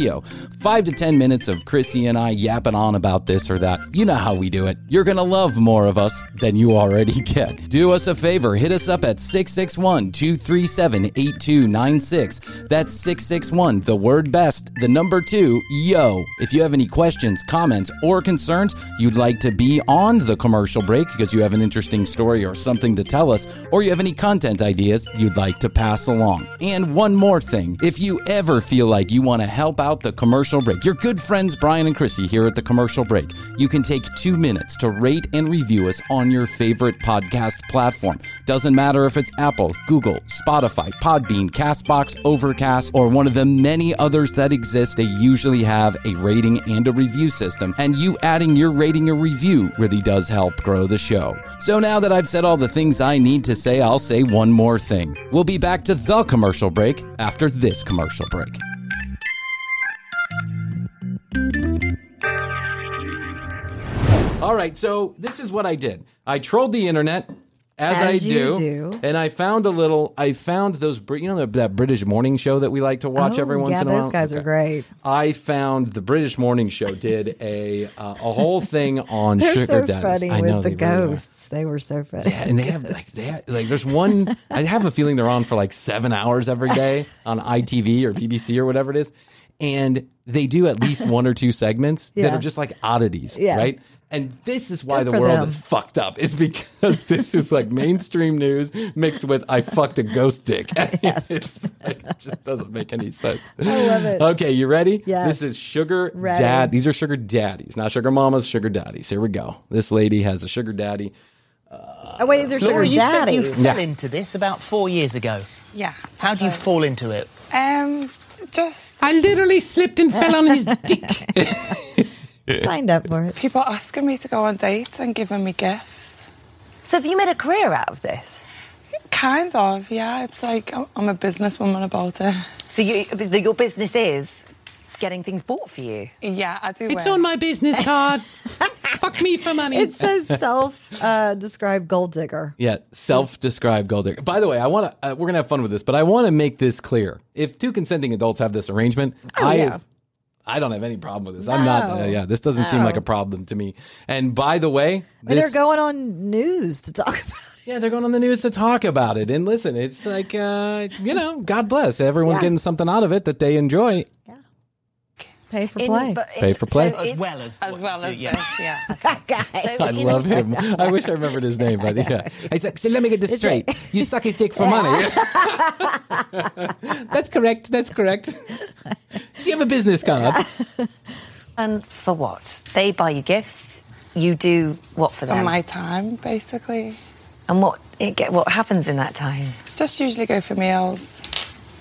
Five to 10 minutes of Chrissy and I yapping on about this or that. You know how we do it. You're going to love more of us than you already get. Do us a favor, hit us up at 661 237 8296. That's 661, the word best, the number two, yo. If you have any questions, comments, or concerns you'd like to be on the commercial break because you have an interesting story or something to tell us, or you have any content ideas you'd like to pass along. And one more thing if you ever feel like you want to help out the commercial break, your good friends Brian and Chrissy here at the commercial break, you can take two minutes to rate and review us on your favorite podcast platform. Doesn't matter if it's Apple, Google, Spotify, Podbean, Castbox, Overcast, or one of the many others that exist. They usually have a rating and a review system, and you adding your rating or review really does help grow the show. So now that I've said all the things I need to say, I'll say one more thing. We'll be back to the commercial break after this commercial break. All right, so this is what I did. I trolled the internet as,
As
I
you
do,
do.
and I found a little. I found those, Brit- you know, that- that British morning show that we like to watch
Oh,
every once
yeah,
in a while.
those guys are
Okay.
great.
I found the British morning show did a uh, a whole thing on
They're
sugar
so
daddies.
funny
I
with
know
the
they really are.
ghosts. they were so funny.
Yeah, and they have like they have, like there's one I have a feeling they're on for like 7 hours every day on ITV or BBC or whatever it is and they do at least one or two segments that
Yeah.
are just like oddities,
Yeah.
right? And this is why
Good
the
for
world
them.
is fucked up. Is because this is like mainstream news mixed with I fucked a ghost dick. it's like, it just doesn't make any sense. I
love it.
Okay, you ready?
Yes.
This is sugar
Ready.
dad. These are sugar daddies, not sugar mamas. Sugar daddies. Here we go. This lady has a sugar daddy.
Oh, wait, these are sugar
Laura, you said you
daddies.
fell
Yeah.
into this about four years ago.
Yeah.
How do you fall into it?
Um, just
I literally slipped and fell on his dick.
Signed up for it.
People are asking me to go on dates and giving me gifts.
So have you made a career out of this?
Kind of, yeah. It's like I'm- I'm a businesswoman about it.
So you, the- your business is getting things bought for you.
Yeah, I do.
It's
wear-
on my business card. Fuck me for money.
It says self uh, described gold digger.
Yeah, self-described gold digger. By the way, I want to. Uh, we're gonna have fun with this, but I want to make this clear. If two consenting adults have this arrangement, I,
Oh, yeah.
I don't have any problem with this. I'm not. Uh,
No.
yeah, this doesn't seem like a problem to me. And by the way,
But they're
this-
going on news to talk about
yeah, they're going on the news to talk about it. And listen, it's like uh, you know, God bless everyone's getting something out of it that they enjoy.
it. Pay for play.
but
Pay for play.
so
as
if-
well as
as well as
yeah.
this. Yeah.
so
I
in-
love him. I wish I remembered his name, but yeah. He's like, so let me get this straight. You suck his dick for money. that's correct. That's correct. Do you have a business card?
And for what? They buy you gifts. You do what for
On
them?
my time, basically.
and what it get what happens in that time?
Just usually go for meals,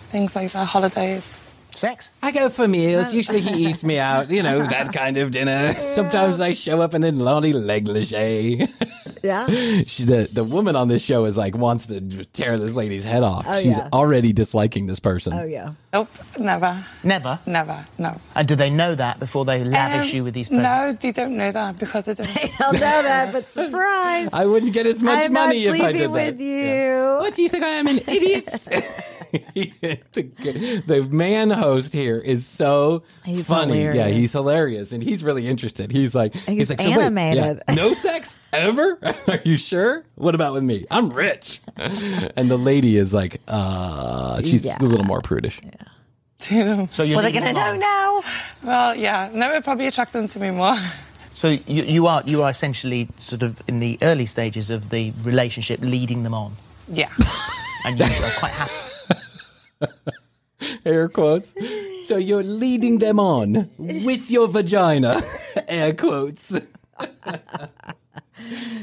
things like that, holidays.
Sex.
I go for meals. Usually he eats me out, you know, that kind of dinner. Sometimes I show up and then Lolly Leg Leger.
yeah.
She, the, the woman on this show is like, wants to tear this lady's head off.
Oh,
She's
yeah.
already disliking this person.
Oh, yeah.
Nope, never,
Never.
never, no.
And do they know that before they lavish
Um,
you with these
No,
presents?
they don't know that because I don't.
I'll know that, but surprise.
I wouldn't get as much
I'm not
money
sleeping
if I did that.
with you.
What do you think I am, an idiot? the, the man host here is so
He's
funny. Yeah,
hilarious.
he's hilarious, and he's really interested. He's like, he's,
He's
like, so wait, yeah,
animated.
no sex ever? Are you sure? What about with me? I'm rich. and the lady is like, uh, she's
Yeah.
a little more prudish.
do them.
So you're
Well, they're
leading
going to
them
Oh,
know
on.
now.
Well, yeah, no, it would probably attract them to me more.
So you, you are you are essentially sort of in the early stages of the relationship, leading them on,
Yeah.
and you are quite happy.
Air quotes. So you're leading them on with your vagina. Air quotes.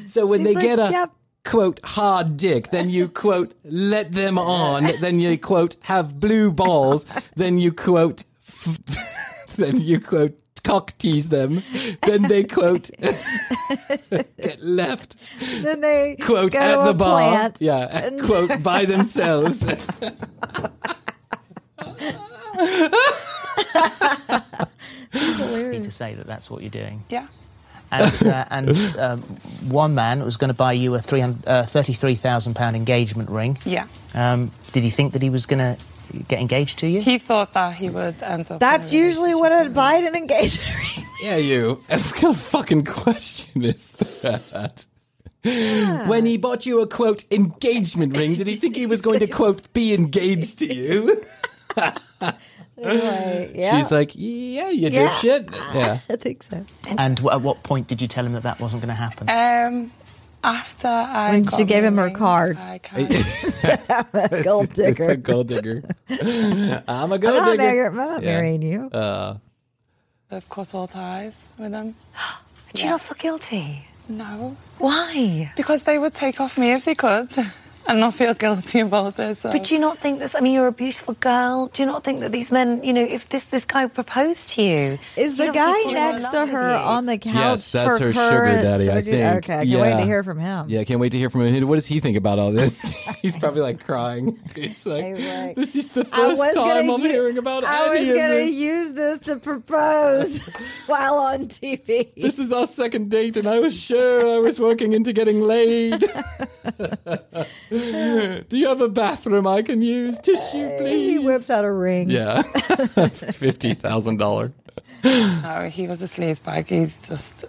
so when
She's
they get
like,
a
"Yep."
quote hard dick, then you quote let them on, then you quote have blue balls, then you quote then you quote cock tease them, then they quote get left
Then they
quote
go
at
to
the
a
bar.
plant.
Yeah, quote by themselves.
happy to say that that's what you're doing.
Yeah.
And, uh, and um, one man was going to buy you a three hundred uh, thirty-three thousand pound engagement ring.
Yeah.
Um, did he think that he was going to get engaged to you?
He thought that he would end up.
That's
in a
usually what I'd buy at an engagement ring.
Yeah, you. What kind of fucking question is that? When he bought you a quote engagement ring, did he think he was going to quote be engaged to you?
Anyway, yeah.
She's like, yeah, you
Yeah.
dipshit. Yeah.
I think so.
And w- at what point did you tell him that that wasn't going to happen?
relationship. Um, after I.
When she
got
gave
my
him her
ring,
card.
I kind of-
Gold
It's
digger.
a gold digger. I'm a gold
I'm not, married-
digger.
I'm not
Yeah. Uh,
marrying you.
I've cut all ties with them.
Do you not feel guilty?
No,
Why?
because they would take off me if they could, and not feel guilty about it. So.
But do you not think this? I mean, you're a beautiful girl. Do you not think that these men, you know, if this this guy proposed to you,
Is the
you don't
guy
think he's in
next to
love with
her
you?
on the couch?
Yes, that's her, sugar
current
daddy, I
sugar-
think.
Okay, I can't wait to hear from him.
Yeah, can't wait to hear from him. What does he think about all this? He's probably like crying. He's like,
like,
this is the
I
first
was gonna
time I'm
u-
hearing about
I
any
was
of
gonna
this.
use this to propose while on TV.
this is our second date and I was sure I was working into getting laid. Do you have a bathroom I can use? Tissue,
He
please.
whips out a ring.
Yeah. $50,000.
No, he was a sleazebag. He's just.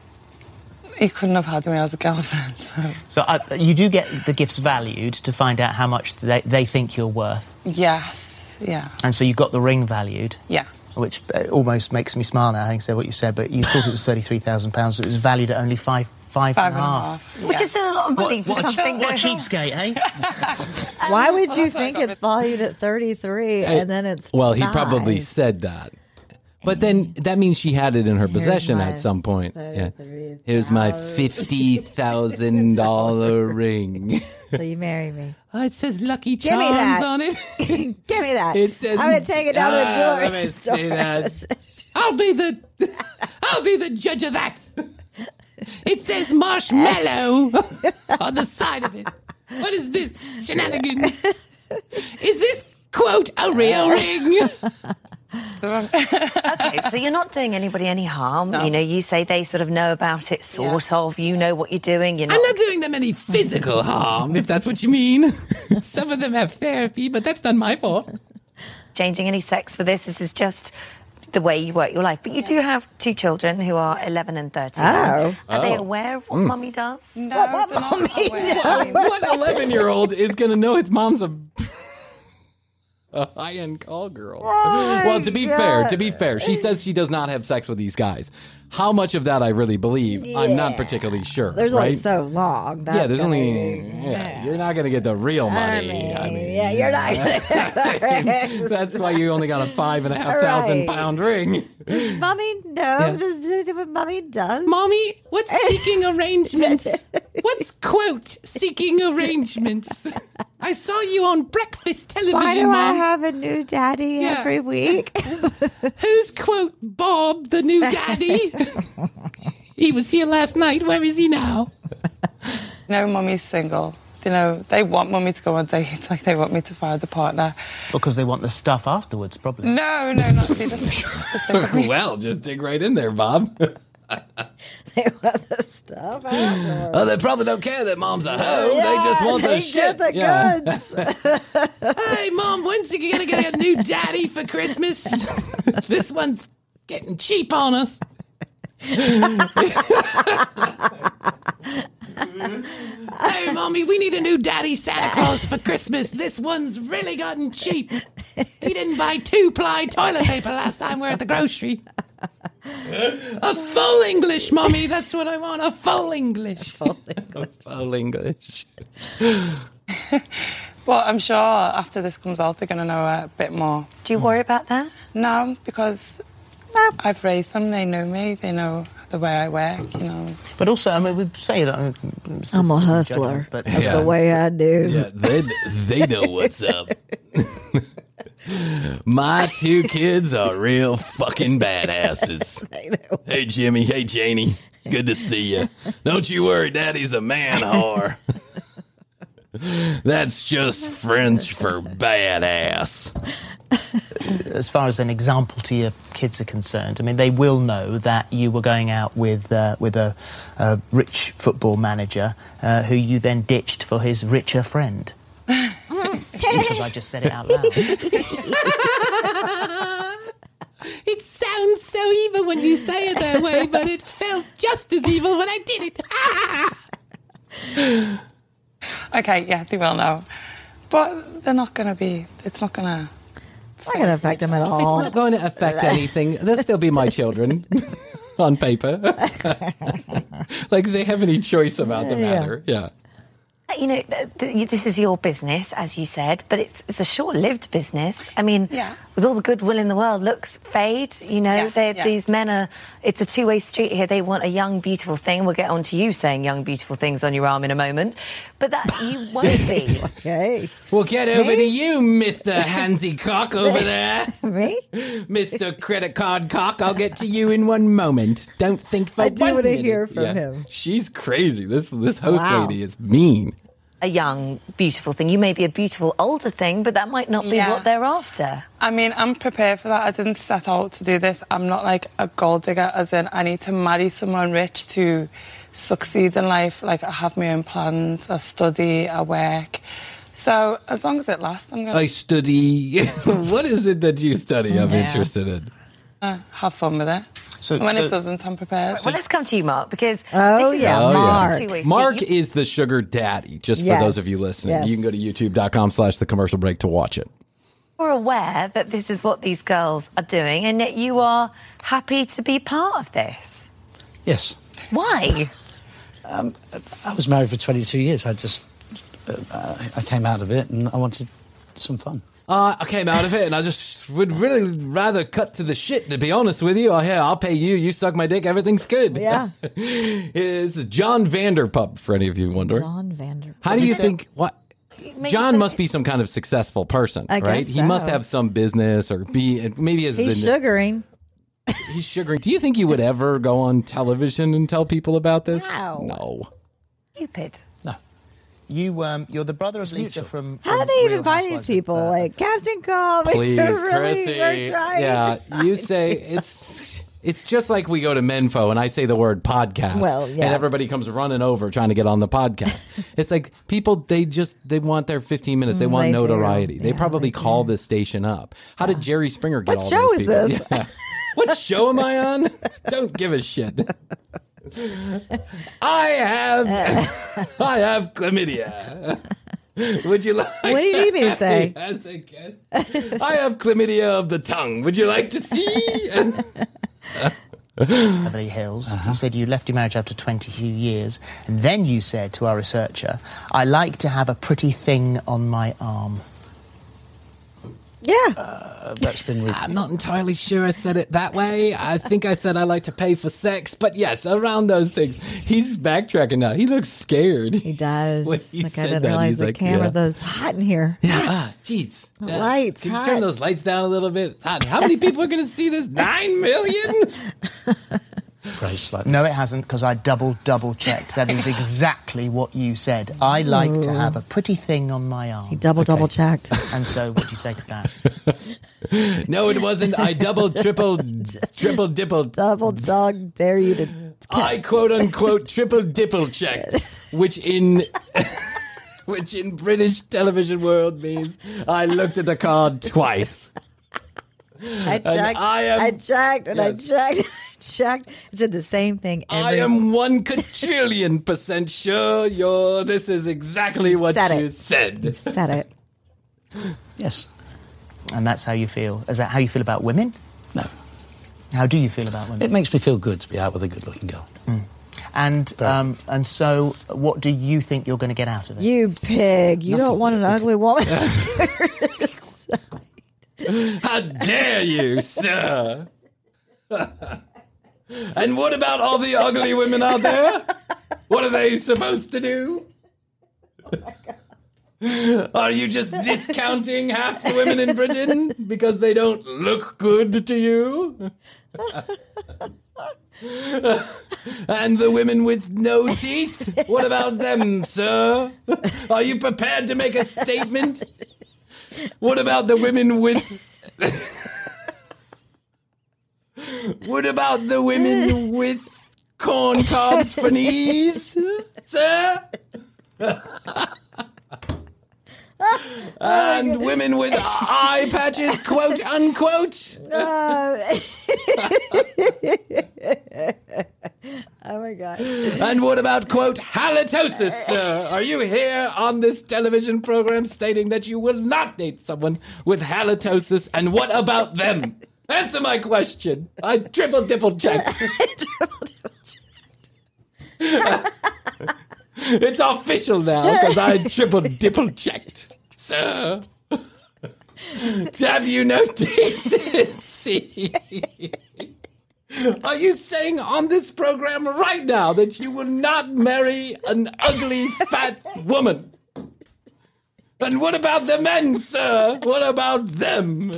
He couldn't have had me as a girlfriend. So.
So uh, you do get the gifts valued to find out how much they, they think you're worth,
Yes. Yeah.
and so you got the ring valued.
Yeah.
Which uh, almost makes me smile now, having said what you said. But you thought it was thirty-three thousand pounds. It was valued at only five,
Five and a half.
Which
Yeah.
is still a lot of money
What,
for
what,
something.
what a
that-
cheapskate, eh?
Why would you think it's valued at 33 and then it's
Well, he
five?
probably said that. But then that means she had it in her
Here's
possession
my
at some point.
thirty
Yeah.
three
Here's my
thousand-
fifty thousand dollar ring.
Will you marry me?
Oh, it says Lucky
Give me that.
Charms on it.
Give me that.
It says-
I'm going to take it down to
Ah, let
the
me
jewelry
see that.
store.
I'll be the I'll be the judge of that. It says marshmallow on the side of it. What is this shenanigans? Is this quote a real ring?
okay, so you're not doing anybody any harm. You know, you say they sort of know about it, sort of. You know what you're doing. You're not.
I'm not doing them any physical harm, if that's what you mean. Some of them have therapy, but that's not my fault.
changing any sex for this. This is just the way you work your life. But you do have two children who are 11 and 13.
Oh.
Are they
Oh.
aware of what
Mm.
mummy does? No,
what mummy does?
what 11 year old is going to know its mom's a, a high end call girl? well, to be fair, to be fair, she says she does not have sex with these guys. How much of that I really believe, I'm not particularly sure.
There's
right?
only so long.
yeah, there's
That's gonna
only. Yeah, you're not going to get the real money. I mean,
Yeah, you're not going to.
that's why you only got a five and a half
Right.
thousand pound ring.
Mommy, no. Does it do what mommy does?
Mommy, what's seeking arrangements? What's quote seeking arrangements? I saw you on breakfast television.
Why do I
Mom.
have a new daddy
Yeah.
every week?
Who's quote Bob the new daddy? he was here last night. Where is he now?
No, mummy's single. You know, they want mummy to go on dates, like they want me to find a partner.
Because they want the stuff afterwards, probably.
No, no, not see the, the single.
well, just dig right in there, Bob.
Stuff. afterwards.
Oh, they probably don't care that mom's a hoe. Oh, they
Yeah,
just want the
they
shit.
get the
hey, mom, when's you gonna get a new daddy for Christmas? this one's getting cheap on us. hey, mommy, we need a new daddy Santa Claus for Christmas. This one's really gotten cheap. He didn't buy two ply toilet paper last time we were at the grocery. A full English, mommy. That's what I want. A full English. A full English.
But I'm sure after this comes out, they're going to know a bit more.
Do you worry about that?
No, because I've raised them. They know me. They know the way I work. You know.
But also, I mean, we say it. uh, I'm
I'm a hustler. That's the way I do.
they they know what's up. My two kids are real fucking badasses. Hey Jimmy, hey Janie, good to see you. Don't you worry, Daddy's a man whore. That's just French for badass.
as far as an example to your kids are concerned, I mean, they will know that you were going out with uh, with a, a rich football manager uh, who you then ditched for his richer friend. because I just said it out loud.
It sounds so evil when you say it that way, but it felt just as evil when I did it.
Okay, yeah, they will know. But they're not going to be. It's not going to.
It's not going to affect them at all.
It's not going to affect anything. They'll still be my children on paper. like they have any choice about the
Yeah.
matter. Yeah.
Uh, You know, th- th- you- this is your business, as you said, but it's, it's a short lived business. I mean,
Yeah.
with all the goodwill in the world, looks fade. You know,
Yeah,
They're
yeah.
these men are, it's a two way street here. They want a young, beautiful thing. We'll get on to you saying young, beautiful things on your arm in a moment. But that you won't be.
Okay.
Well, get over to you, Mr. Hansie Cock over there.
Me?
Mr. Credit Card Cock. I'll get to you in one moment. Don't think for
I do
want
wanna
to
hear from him.
She's crazy. This this host
Wow.
lady is mean.
a young, beautiful thing. You may be a beautiful older thing, but that might not be
Yeah.
what they're after.
I mean, I'm prepared for that. I didn't set out to do this. I'm not like a gold digger, as in I need to marry someone rich to succeed in life. Like I have my own plans. I study. I work. So as long as it lasts, I'm gonna
I study. what is it that you study? I'm
Yeah.
interested in.
uh, have fun with it.
So-
when
so-
it doesn't, I'm prepared.
well, let's come to you, Mark, because
Oh,
this is
yeah,
a- this is a
Mark.
two-way street.
Mark
You-
is the sugar daddy, just
Yes.
for those of you listening.
Yes.
You can go to youtube.com slash the commercial break to watch it.
You're aware that this is what these girls are doing, and yet you are happy to be part of this.
Yes.
Why?
Um, I was married for 22 years. I just, uh, I came out of it and I wanted some fun.
Uh, I came out of it and I just would really rather cut to the shit, to be honest with you. Oh, yeah, I'll pay you. You suck my dick. Everything's good.
Yeah.
this is John Vanderpump, for any of you wondering.
John Vander.
How do you think? What?
Maybe
John
so.
must be some kind of successful person,
I guess
right? He must
so.
have some business or be maybe as
He's sugaring.
he's sugaring. Do you think he would ever go on television and tell people about this?
No.
No.
Stupid.
You, um, you're the brother of Lisa from.
How do they even find these people? Like casting call. Like,
Please,
really,
Chrissy.
we're trying.
Yeah, you say it's it's just like we go to Menfo and I say the word podcast.
Well, yeah.
and everybody comes running over trying to get on the podcast. it's like people they just they want their 15 minutes. They
Mm,
want
they do.
notoriety. They probably call this station up. How did Jerry Springer get
What
all
show is
those people?
this?
Yeah. what show am I on? Don't give a shit. I have I have chlamydia. Would you like?
What do you need me to say?
Yes, I guess. I have chlamydia of the tongue. Would you like to see?
Beverly Hills.
Uh-huh.
You said you left your marriage after 22 years, and then you said to our researcher, "I like to have a pretty thing on my arm."
Yeah,
that's been.
I'm not entirely sure I said it that way. I think I said I like to pay for sex, but yes, around those things. He's backtracking now. He looks scared. He
does. like I didn't realize the camera. though it's hot in here.
Ah, jeez.
The lights,
Can you
hot.
turn those lights down a little bit? It's hot. How many people are going to see this? Nine million?
No, it hasn't, because I double double checked. That is exactly what you said. I like to
Ooh.
have a pretty thing on my
Oh,
arm. He
double double checked.
And so, what do you say to that?
No, it wasn't. I double, triple, triple, dipple.
Double dog dare you to
I quote unquote triple dipple checked, which in which in British television world means I looked at the card twice.
I
And
checked. I,
I am-
checked and I checked. Checked. It said the same thing. Every,
I am one quadrillion percent sure you're. This is exactly
You
what
said
you
it.
said.
said it.
Yes. And that's how you feel. Is that how you feel about women? No. How do you feel about women?
It makes me feel good to be out with a good-looking girl.
and um, and so, what do you think you're going to get out of it?
You pig. You don't want an ugly woman.
How dare you, sir? and what about all the ugly women out there? What are they supposed to do? Are you just discounting half the women in Britain because they don't look good to you? and the women with no teeth? What about them, sir? Are you prepared to make a statement? What about the women with. what about the women with corn cobs for knees, sir? and women with eye patches, quote unquote.
oh my god.
And what about, quote, halitosis, sir? Are you here on this television program stating that you will not date someone with halitosis? And what about them? Answer my question. I triple dipple check. it's official now because I triple dipple checked, sir. Have you no decency? Are you saying on this program right now that you will not marry an ugly fat woman? And what about the men, sir? What about them?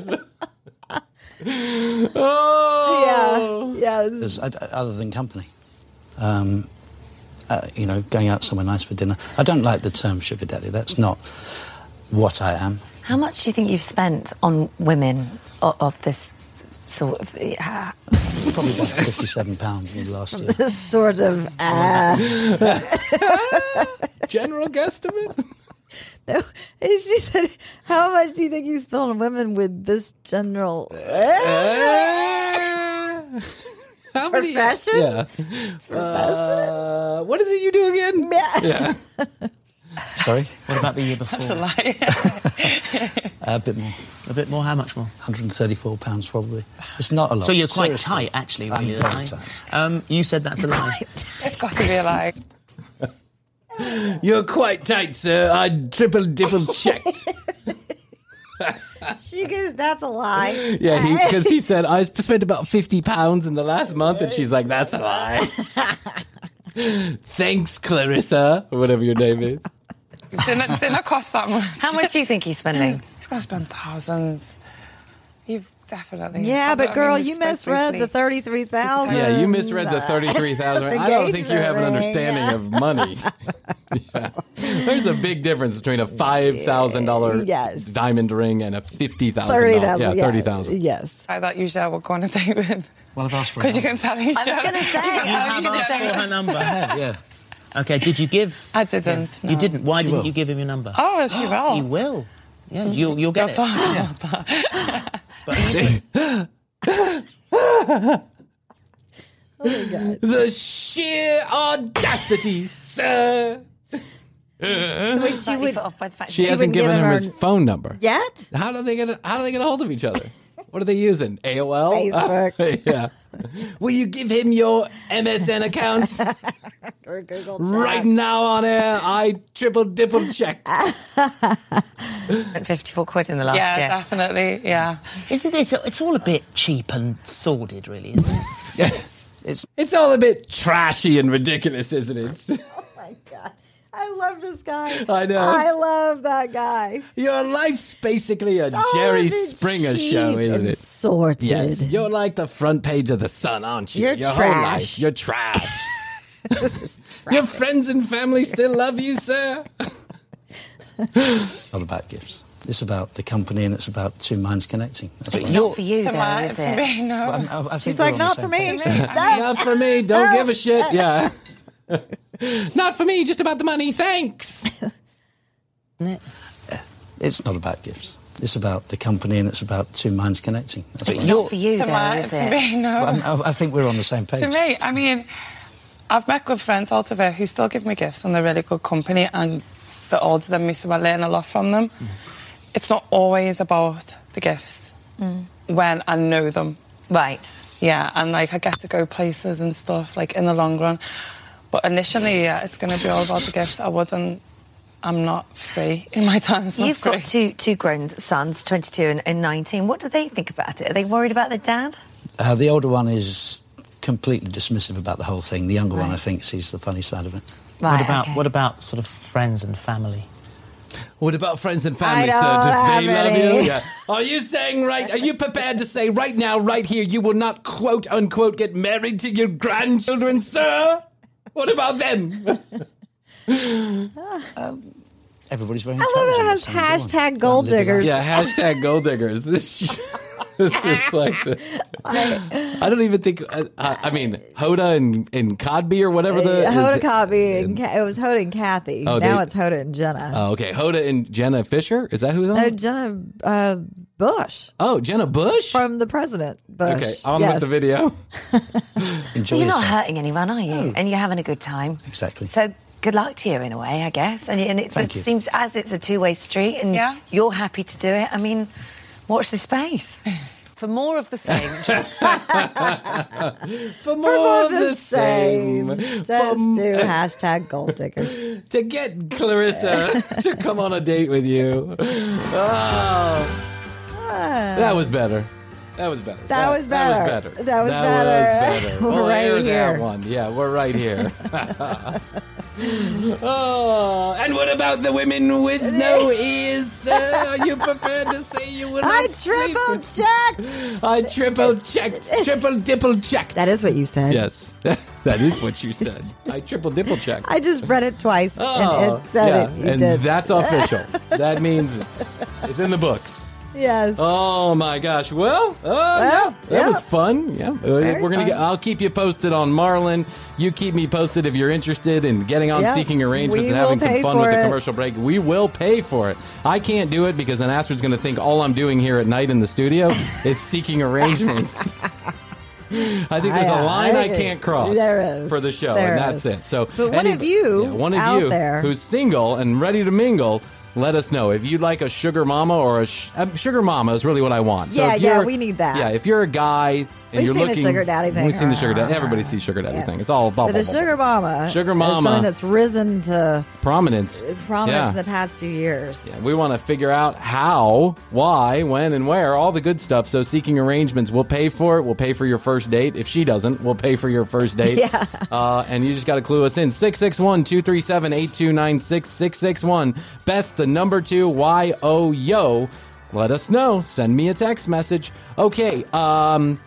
oh,
yeah,
Because I, I- other than company, um, uh, you know, going out somewhere nice for dinner. I don't like the term sugar daddy. That's not what I am.
How much do you think you've spent on women of, of this sort of? Yeah.
Probably about fifty-seven pounds in the last year.
This sort of uh,
general guesstimate.
uh, And she said, "How much do you think you spend on women with this general
How many-
profession?"
Yeah. Uh, what is it you do again? Yeah.
Sorry.
What about the year before?
a bit more.
A bit more. How much more?
£134 probably. It's not a lot.
So you're quite
Seriously.
tight, actually.
I'm
When you're
very tight.
Um, you said that's a lie.
It's got to be like
You're quite tight, sir. I triple dipple checked.
She goes, that's a lie.
Yeah, because he, said I spent about fifty pounds in the last month, and she's like, "That's a lie." Thanks, Clarissa, or whatever your name is.
Didn't, didn't cost that much.
How much do you think he's spending?
He's going to spend thousands. You've definitely.
Yeah, but
I mean,
girl,
he's
you
spent
misread the
briefly.
thirty-three thousand.
Yeah, you misread the thirty-three thousand. I don't think you have an understanding of money. Yeah. There's a big difference between a five thousand dollar
Yes.
diamond ring and a fifty thousand dollar. Yeah, thirty thousand.
Yes.
I thought usually I would go on a date with.
Well, I've asked for
Because you can tell he's
I was
jealous.
gonna say,
You can
I
tell
was
he's
gonna say.
jealous.
yeah. Okay, did you give?
I didn't.
You
no.
didn't. Why
She
didn't
will.
you give him your number?
Oh, she will.
You will. Yeah, you'll, you'll get it.
The sheer audacity, sir.
Wait, she would. Off by the fact
She,
that
hasn't
wouldn't give
given him
her
his phone number.
yet.
How do they get? How do they get a hold of each other? What are they using? AOL,
Facebook.
yeah. Will you give him your MSN account
Or Google
right now on air? I triple dipple check.
Spent fifty-four quid in the last
Yeah,
year.
definitely. Yeah.
Isn't it? It's all a bit cheap and sordid, really, isn't it?
It's it's all a bit trashy and ridiculous, isn't it?
Oh I love this guy.
I know.
I love that guy.
Your life's basically a
all a
Jerry
bit
Springer
cheap
show, isn't
and
it?
sorted.
Yes, you're like the front page of the Sun, aren't you?
You're
Your whole
trash.
life, you're trash. Your friends and family still love you, sir.
It's not about gifts. It's about the company and it's about two minds connecting. That's
It's
what-
not for you,
To
though,
my-
is
to
it?
me, no.
I'm- I- I think
She's
we're
like,
on the
not
same
for me.
page.
Not for me. Don't give a shit. Yeah. Not for me. Just about the money. Thanks.
It's not about gifts. It's about the company and it's about two minds connecting. That's
It's
what-
not for you,
to
though,
my-
is
to
it?
me, no.
I'm- I, I think we're on the same page.
To me, I mean, I've met good friends out of it who still give me gifts and they're really good company and they're older than me, so I learn a lot from them.
Mm.
It's not always about the gifts
Mm.
when I know them.
Right.
Yeah, and like I get to go places and stuff, like in the long run. But initially, yeah, it's going to be all about the gifts. I wouldn't, I'm not free in my time's not
You've
free.
got two two grown sons, 22 and, and 19. What do they think about it? Are they worried about their dad?
Uh, the older one is completely dismissive about the whole thing. The younger one, I think, sees the funny side of it.
Right.
what about
okay.
what about sort of friends and family?
What about friends and family,
I
sir?
don't
Do they
have
love
any.
you? Yeah. Are you saying right? Are you prepared to say right now, right here, you will not quote unquote get married to your grandchildren, sir? What about them?
Everybody's very.
I love it. It has hashtag gold diggers.
Yeah, hashtag gold diggers. This, sh- this is like the. I don't even think. I, I, I mean, Hoda and, and Codby or whatever the. is
Hoda
it-
Copy and Ka- it was Hoda and Kathy.
Oh,
now
they-
it's Hoda and Jenna.
Oh, okay. Hoda and Jenna Fisher. Is that who's on?
no,
it?
Jenna uh, Bush
oh, Jenna Bush.
from the president. Bush.
Okay, on
yes.
with the video.
Enjoy
Well, you're not
yourself.
hurting anyone, are you? And you're having a good time.
Exactly.
So good luck to you in a way, I guess. And, and it,
Thank
it
you.
seems as it's a two-way street, and
Yeah.
you're happy to do it. I mean, watch the space for more of the same.
For
For
more,
more
of the same.
Just
For m-
do hashtag gold diggers.
to get Clarissa to come on a date with you. Oh, that was better. That was better.
Ah. That was
That
better.
was better.
That was
was
better.
better.
We're
We'll
right
air
here.
that one. Yeah, we're right here. oh, and what about the women with no ears? sir? Are you prepared to say you will?
I
not sleep
triple
with-
checked.
I triple checked. Triple dipple checked.
That is what you said.
Yes, that is what you said. I triple dipple checked.
I just read it twice and it said
Oh, yeah,
it. You
and
did.
that's official. that means it's, it's in the books.
yes.
Oh my gosh! Well, oh
Well,
yeah, that
yeah.
was fun. Yeah, Uh,
Very
we're gonna.
fun.
Get, I'll keep you posted on Marlin. You keep me posted if you're interested in getting on
Yeah,
seeking arrangements
we
and having
will
some
pay
fun with
for
the
it.
commercial break. We will pay for it. I can't do it because then Astrid's gonna think all I'm doing here at night in the studio is seeking arrangements. I think there's
I-
a line I,
I-
can't cross
there is.
for the show,
There
and that's
is.
it. So,
But one
any-
of you
yeah, one of
out
you
there-
who's single and ready to mingle, let us know if you'd like a sugar mama or a sh- uh, sugar mama is really what I want.
Yeah,
if
yeah,
you're-
we need that.
Yeah, if you're a guy
We've seen the sugar daddy thing
We've seen the sugar daddy. Everybody sees sugar daddy thing. It's all blah,
But
blah,
the
blah,
sugar mama,
Sugar
is
mama.
something that's risen to
blah. prominence.
prominence
Yeah.
in the past few years.
We want to figure out how, why, when, and where, all the good stuff. So, seeking arrangements, we'll pay for it. We'll pay for your first date. If she doesn't, we'll pay for your first date.
Yeah.
Uh, and you just got to clue us in 661 237 8296 661. Best the number two Y O Yo. Let us know. Send me a text message. Okay. Um,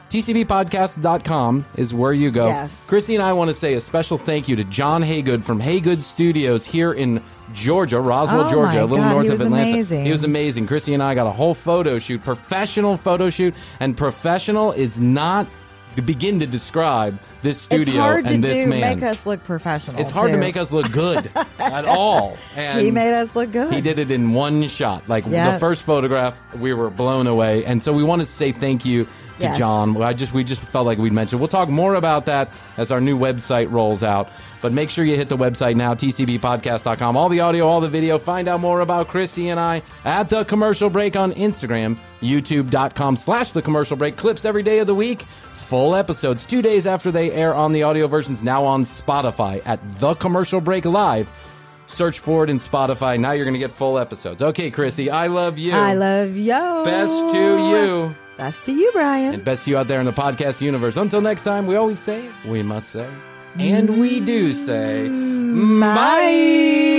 TCBpodcast.com is where you go.
Yes.
Chrissy and I want to say a special thank you to John Haygood from Haygood Studios here in Georgia, Roswell,
Oh
Georgia,
my
a little
God,
north
he
of
was
Atlanta.
amazing.
He was amazing. Chrissy and I got a whole photo shoot, professional photo shoot, and professional is not to begin to describe this studio
it's hard to
and this
do
man.
make us look professional.
it's hard to
too.
make us look good at all. And
he made us look good.
he did it in one shot. Like
Yeah.
the first photograph, we were blown away, and so we want to say thank you to
Yes.
John. I just we just felt like we'd mentioned. We'll talk more about that as our new website rolls out. But make sure you hit the website now, tcbpodcast.com. All the audio, all the video. Find out more about Chrissy and I at the commercial break on Instagram, youtube.com slash the commercial break. Clips every day of the week. Full episodes two days after they air on the audio versions, now on Spotify at the commercial break live. Search for it in Spotify. Now you're going to get full episodes. Okay, Chrissy, I love you.
I love yo.
Best to you.
Best to you, Brian.
And best to you out there in the podcast universe. Until next time, we always say, we must say, and we do say, bye.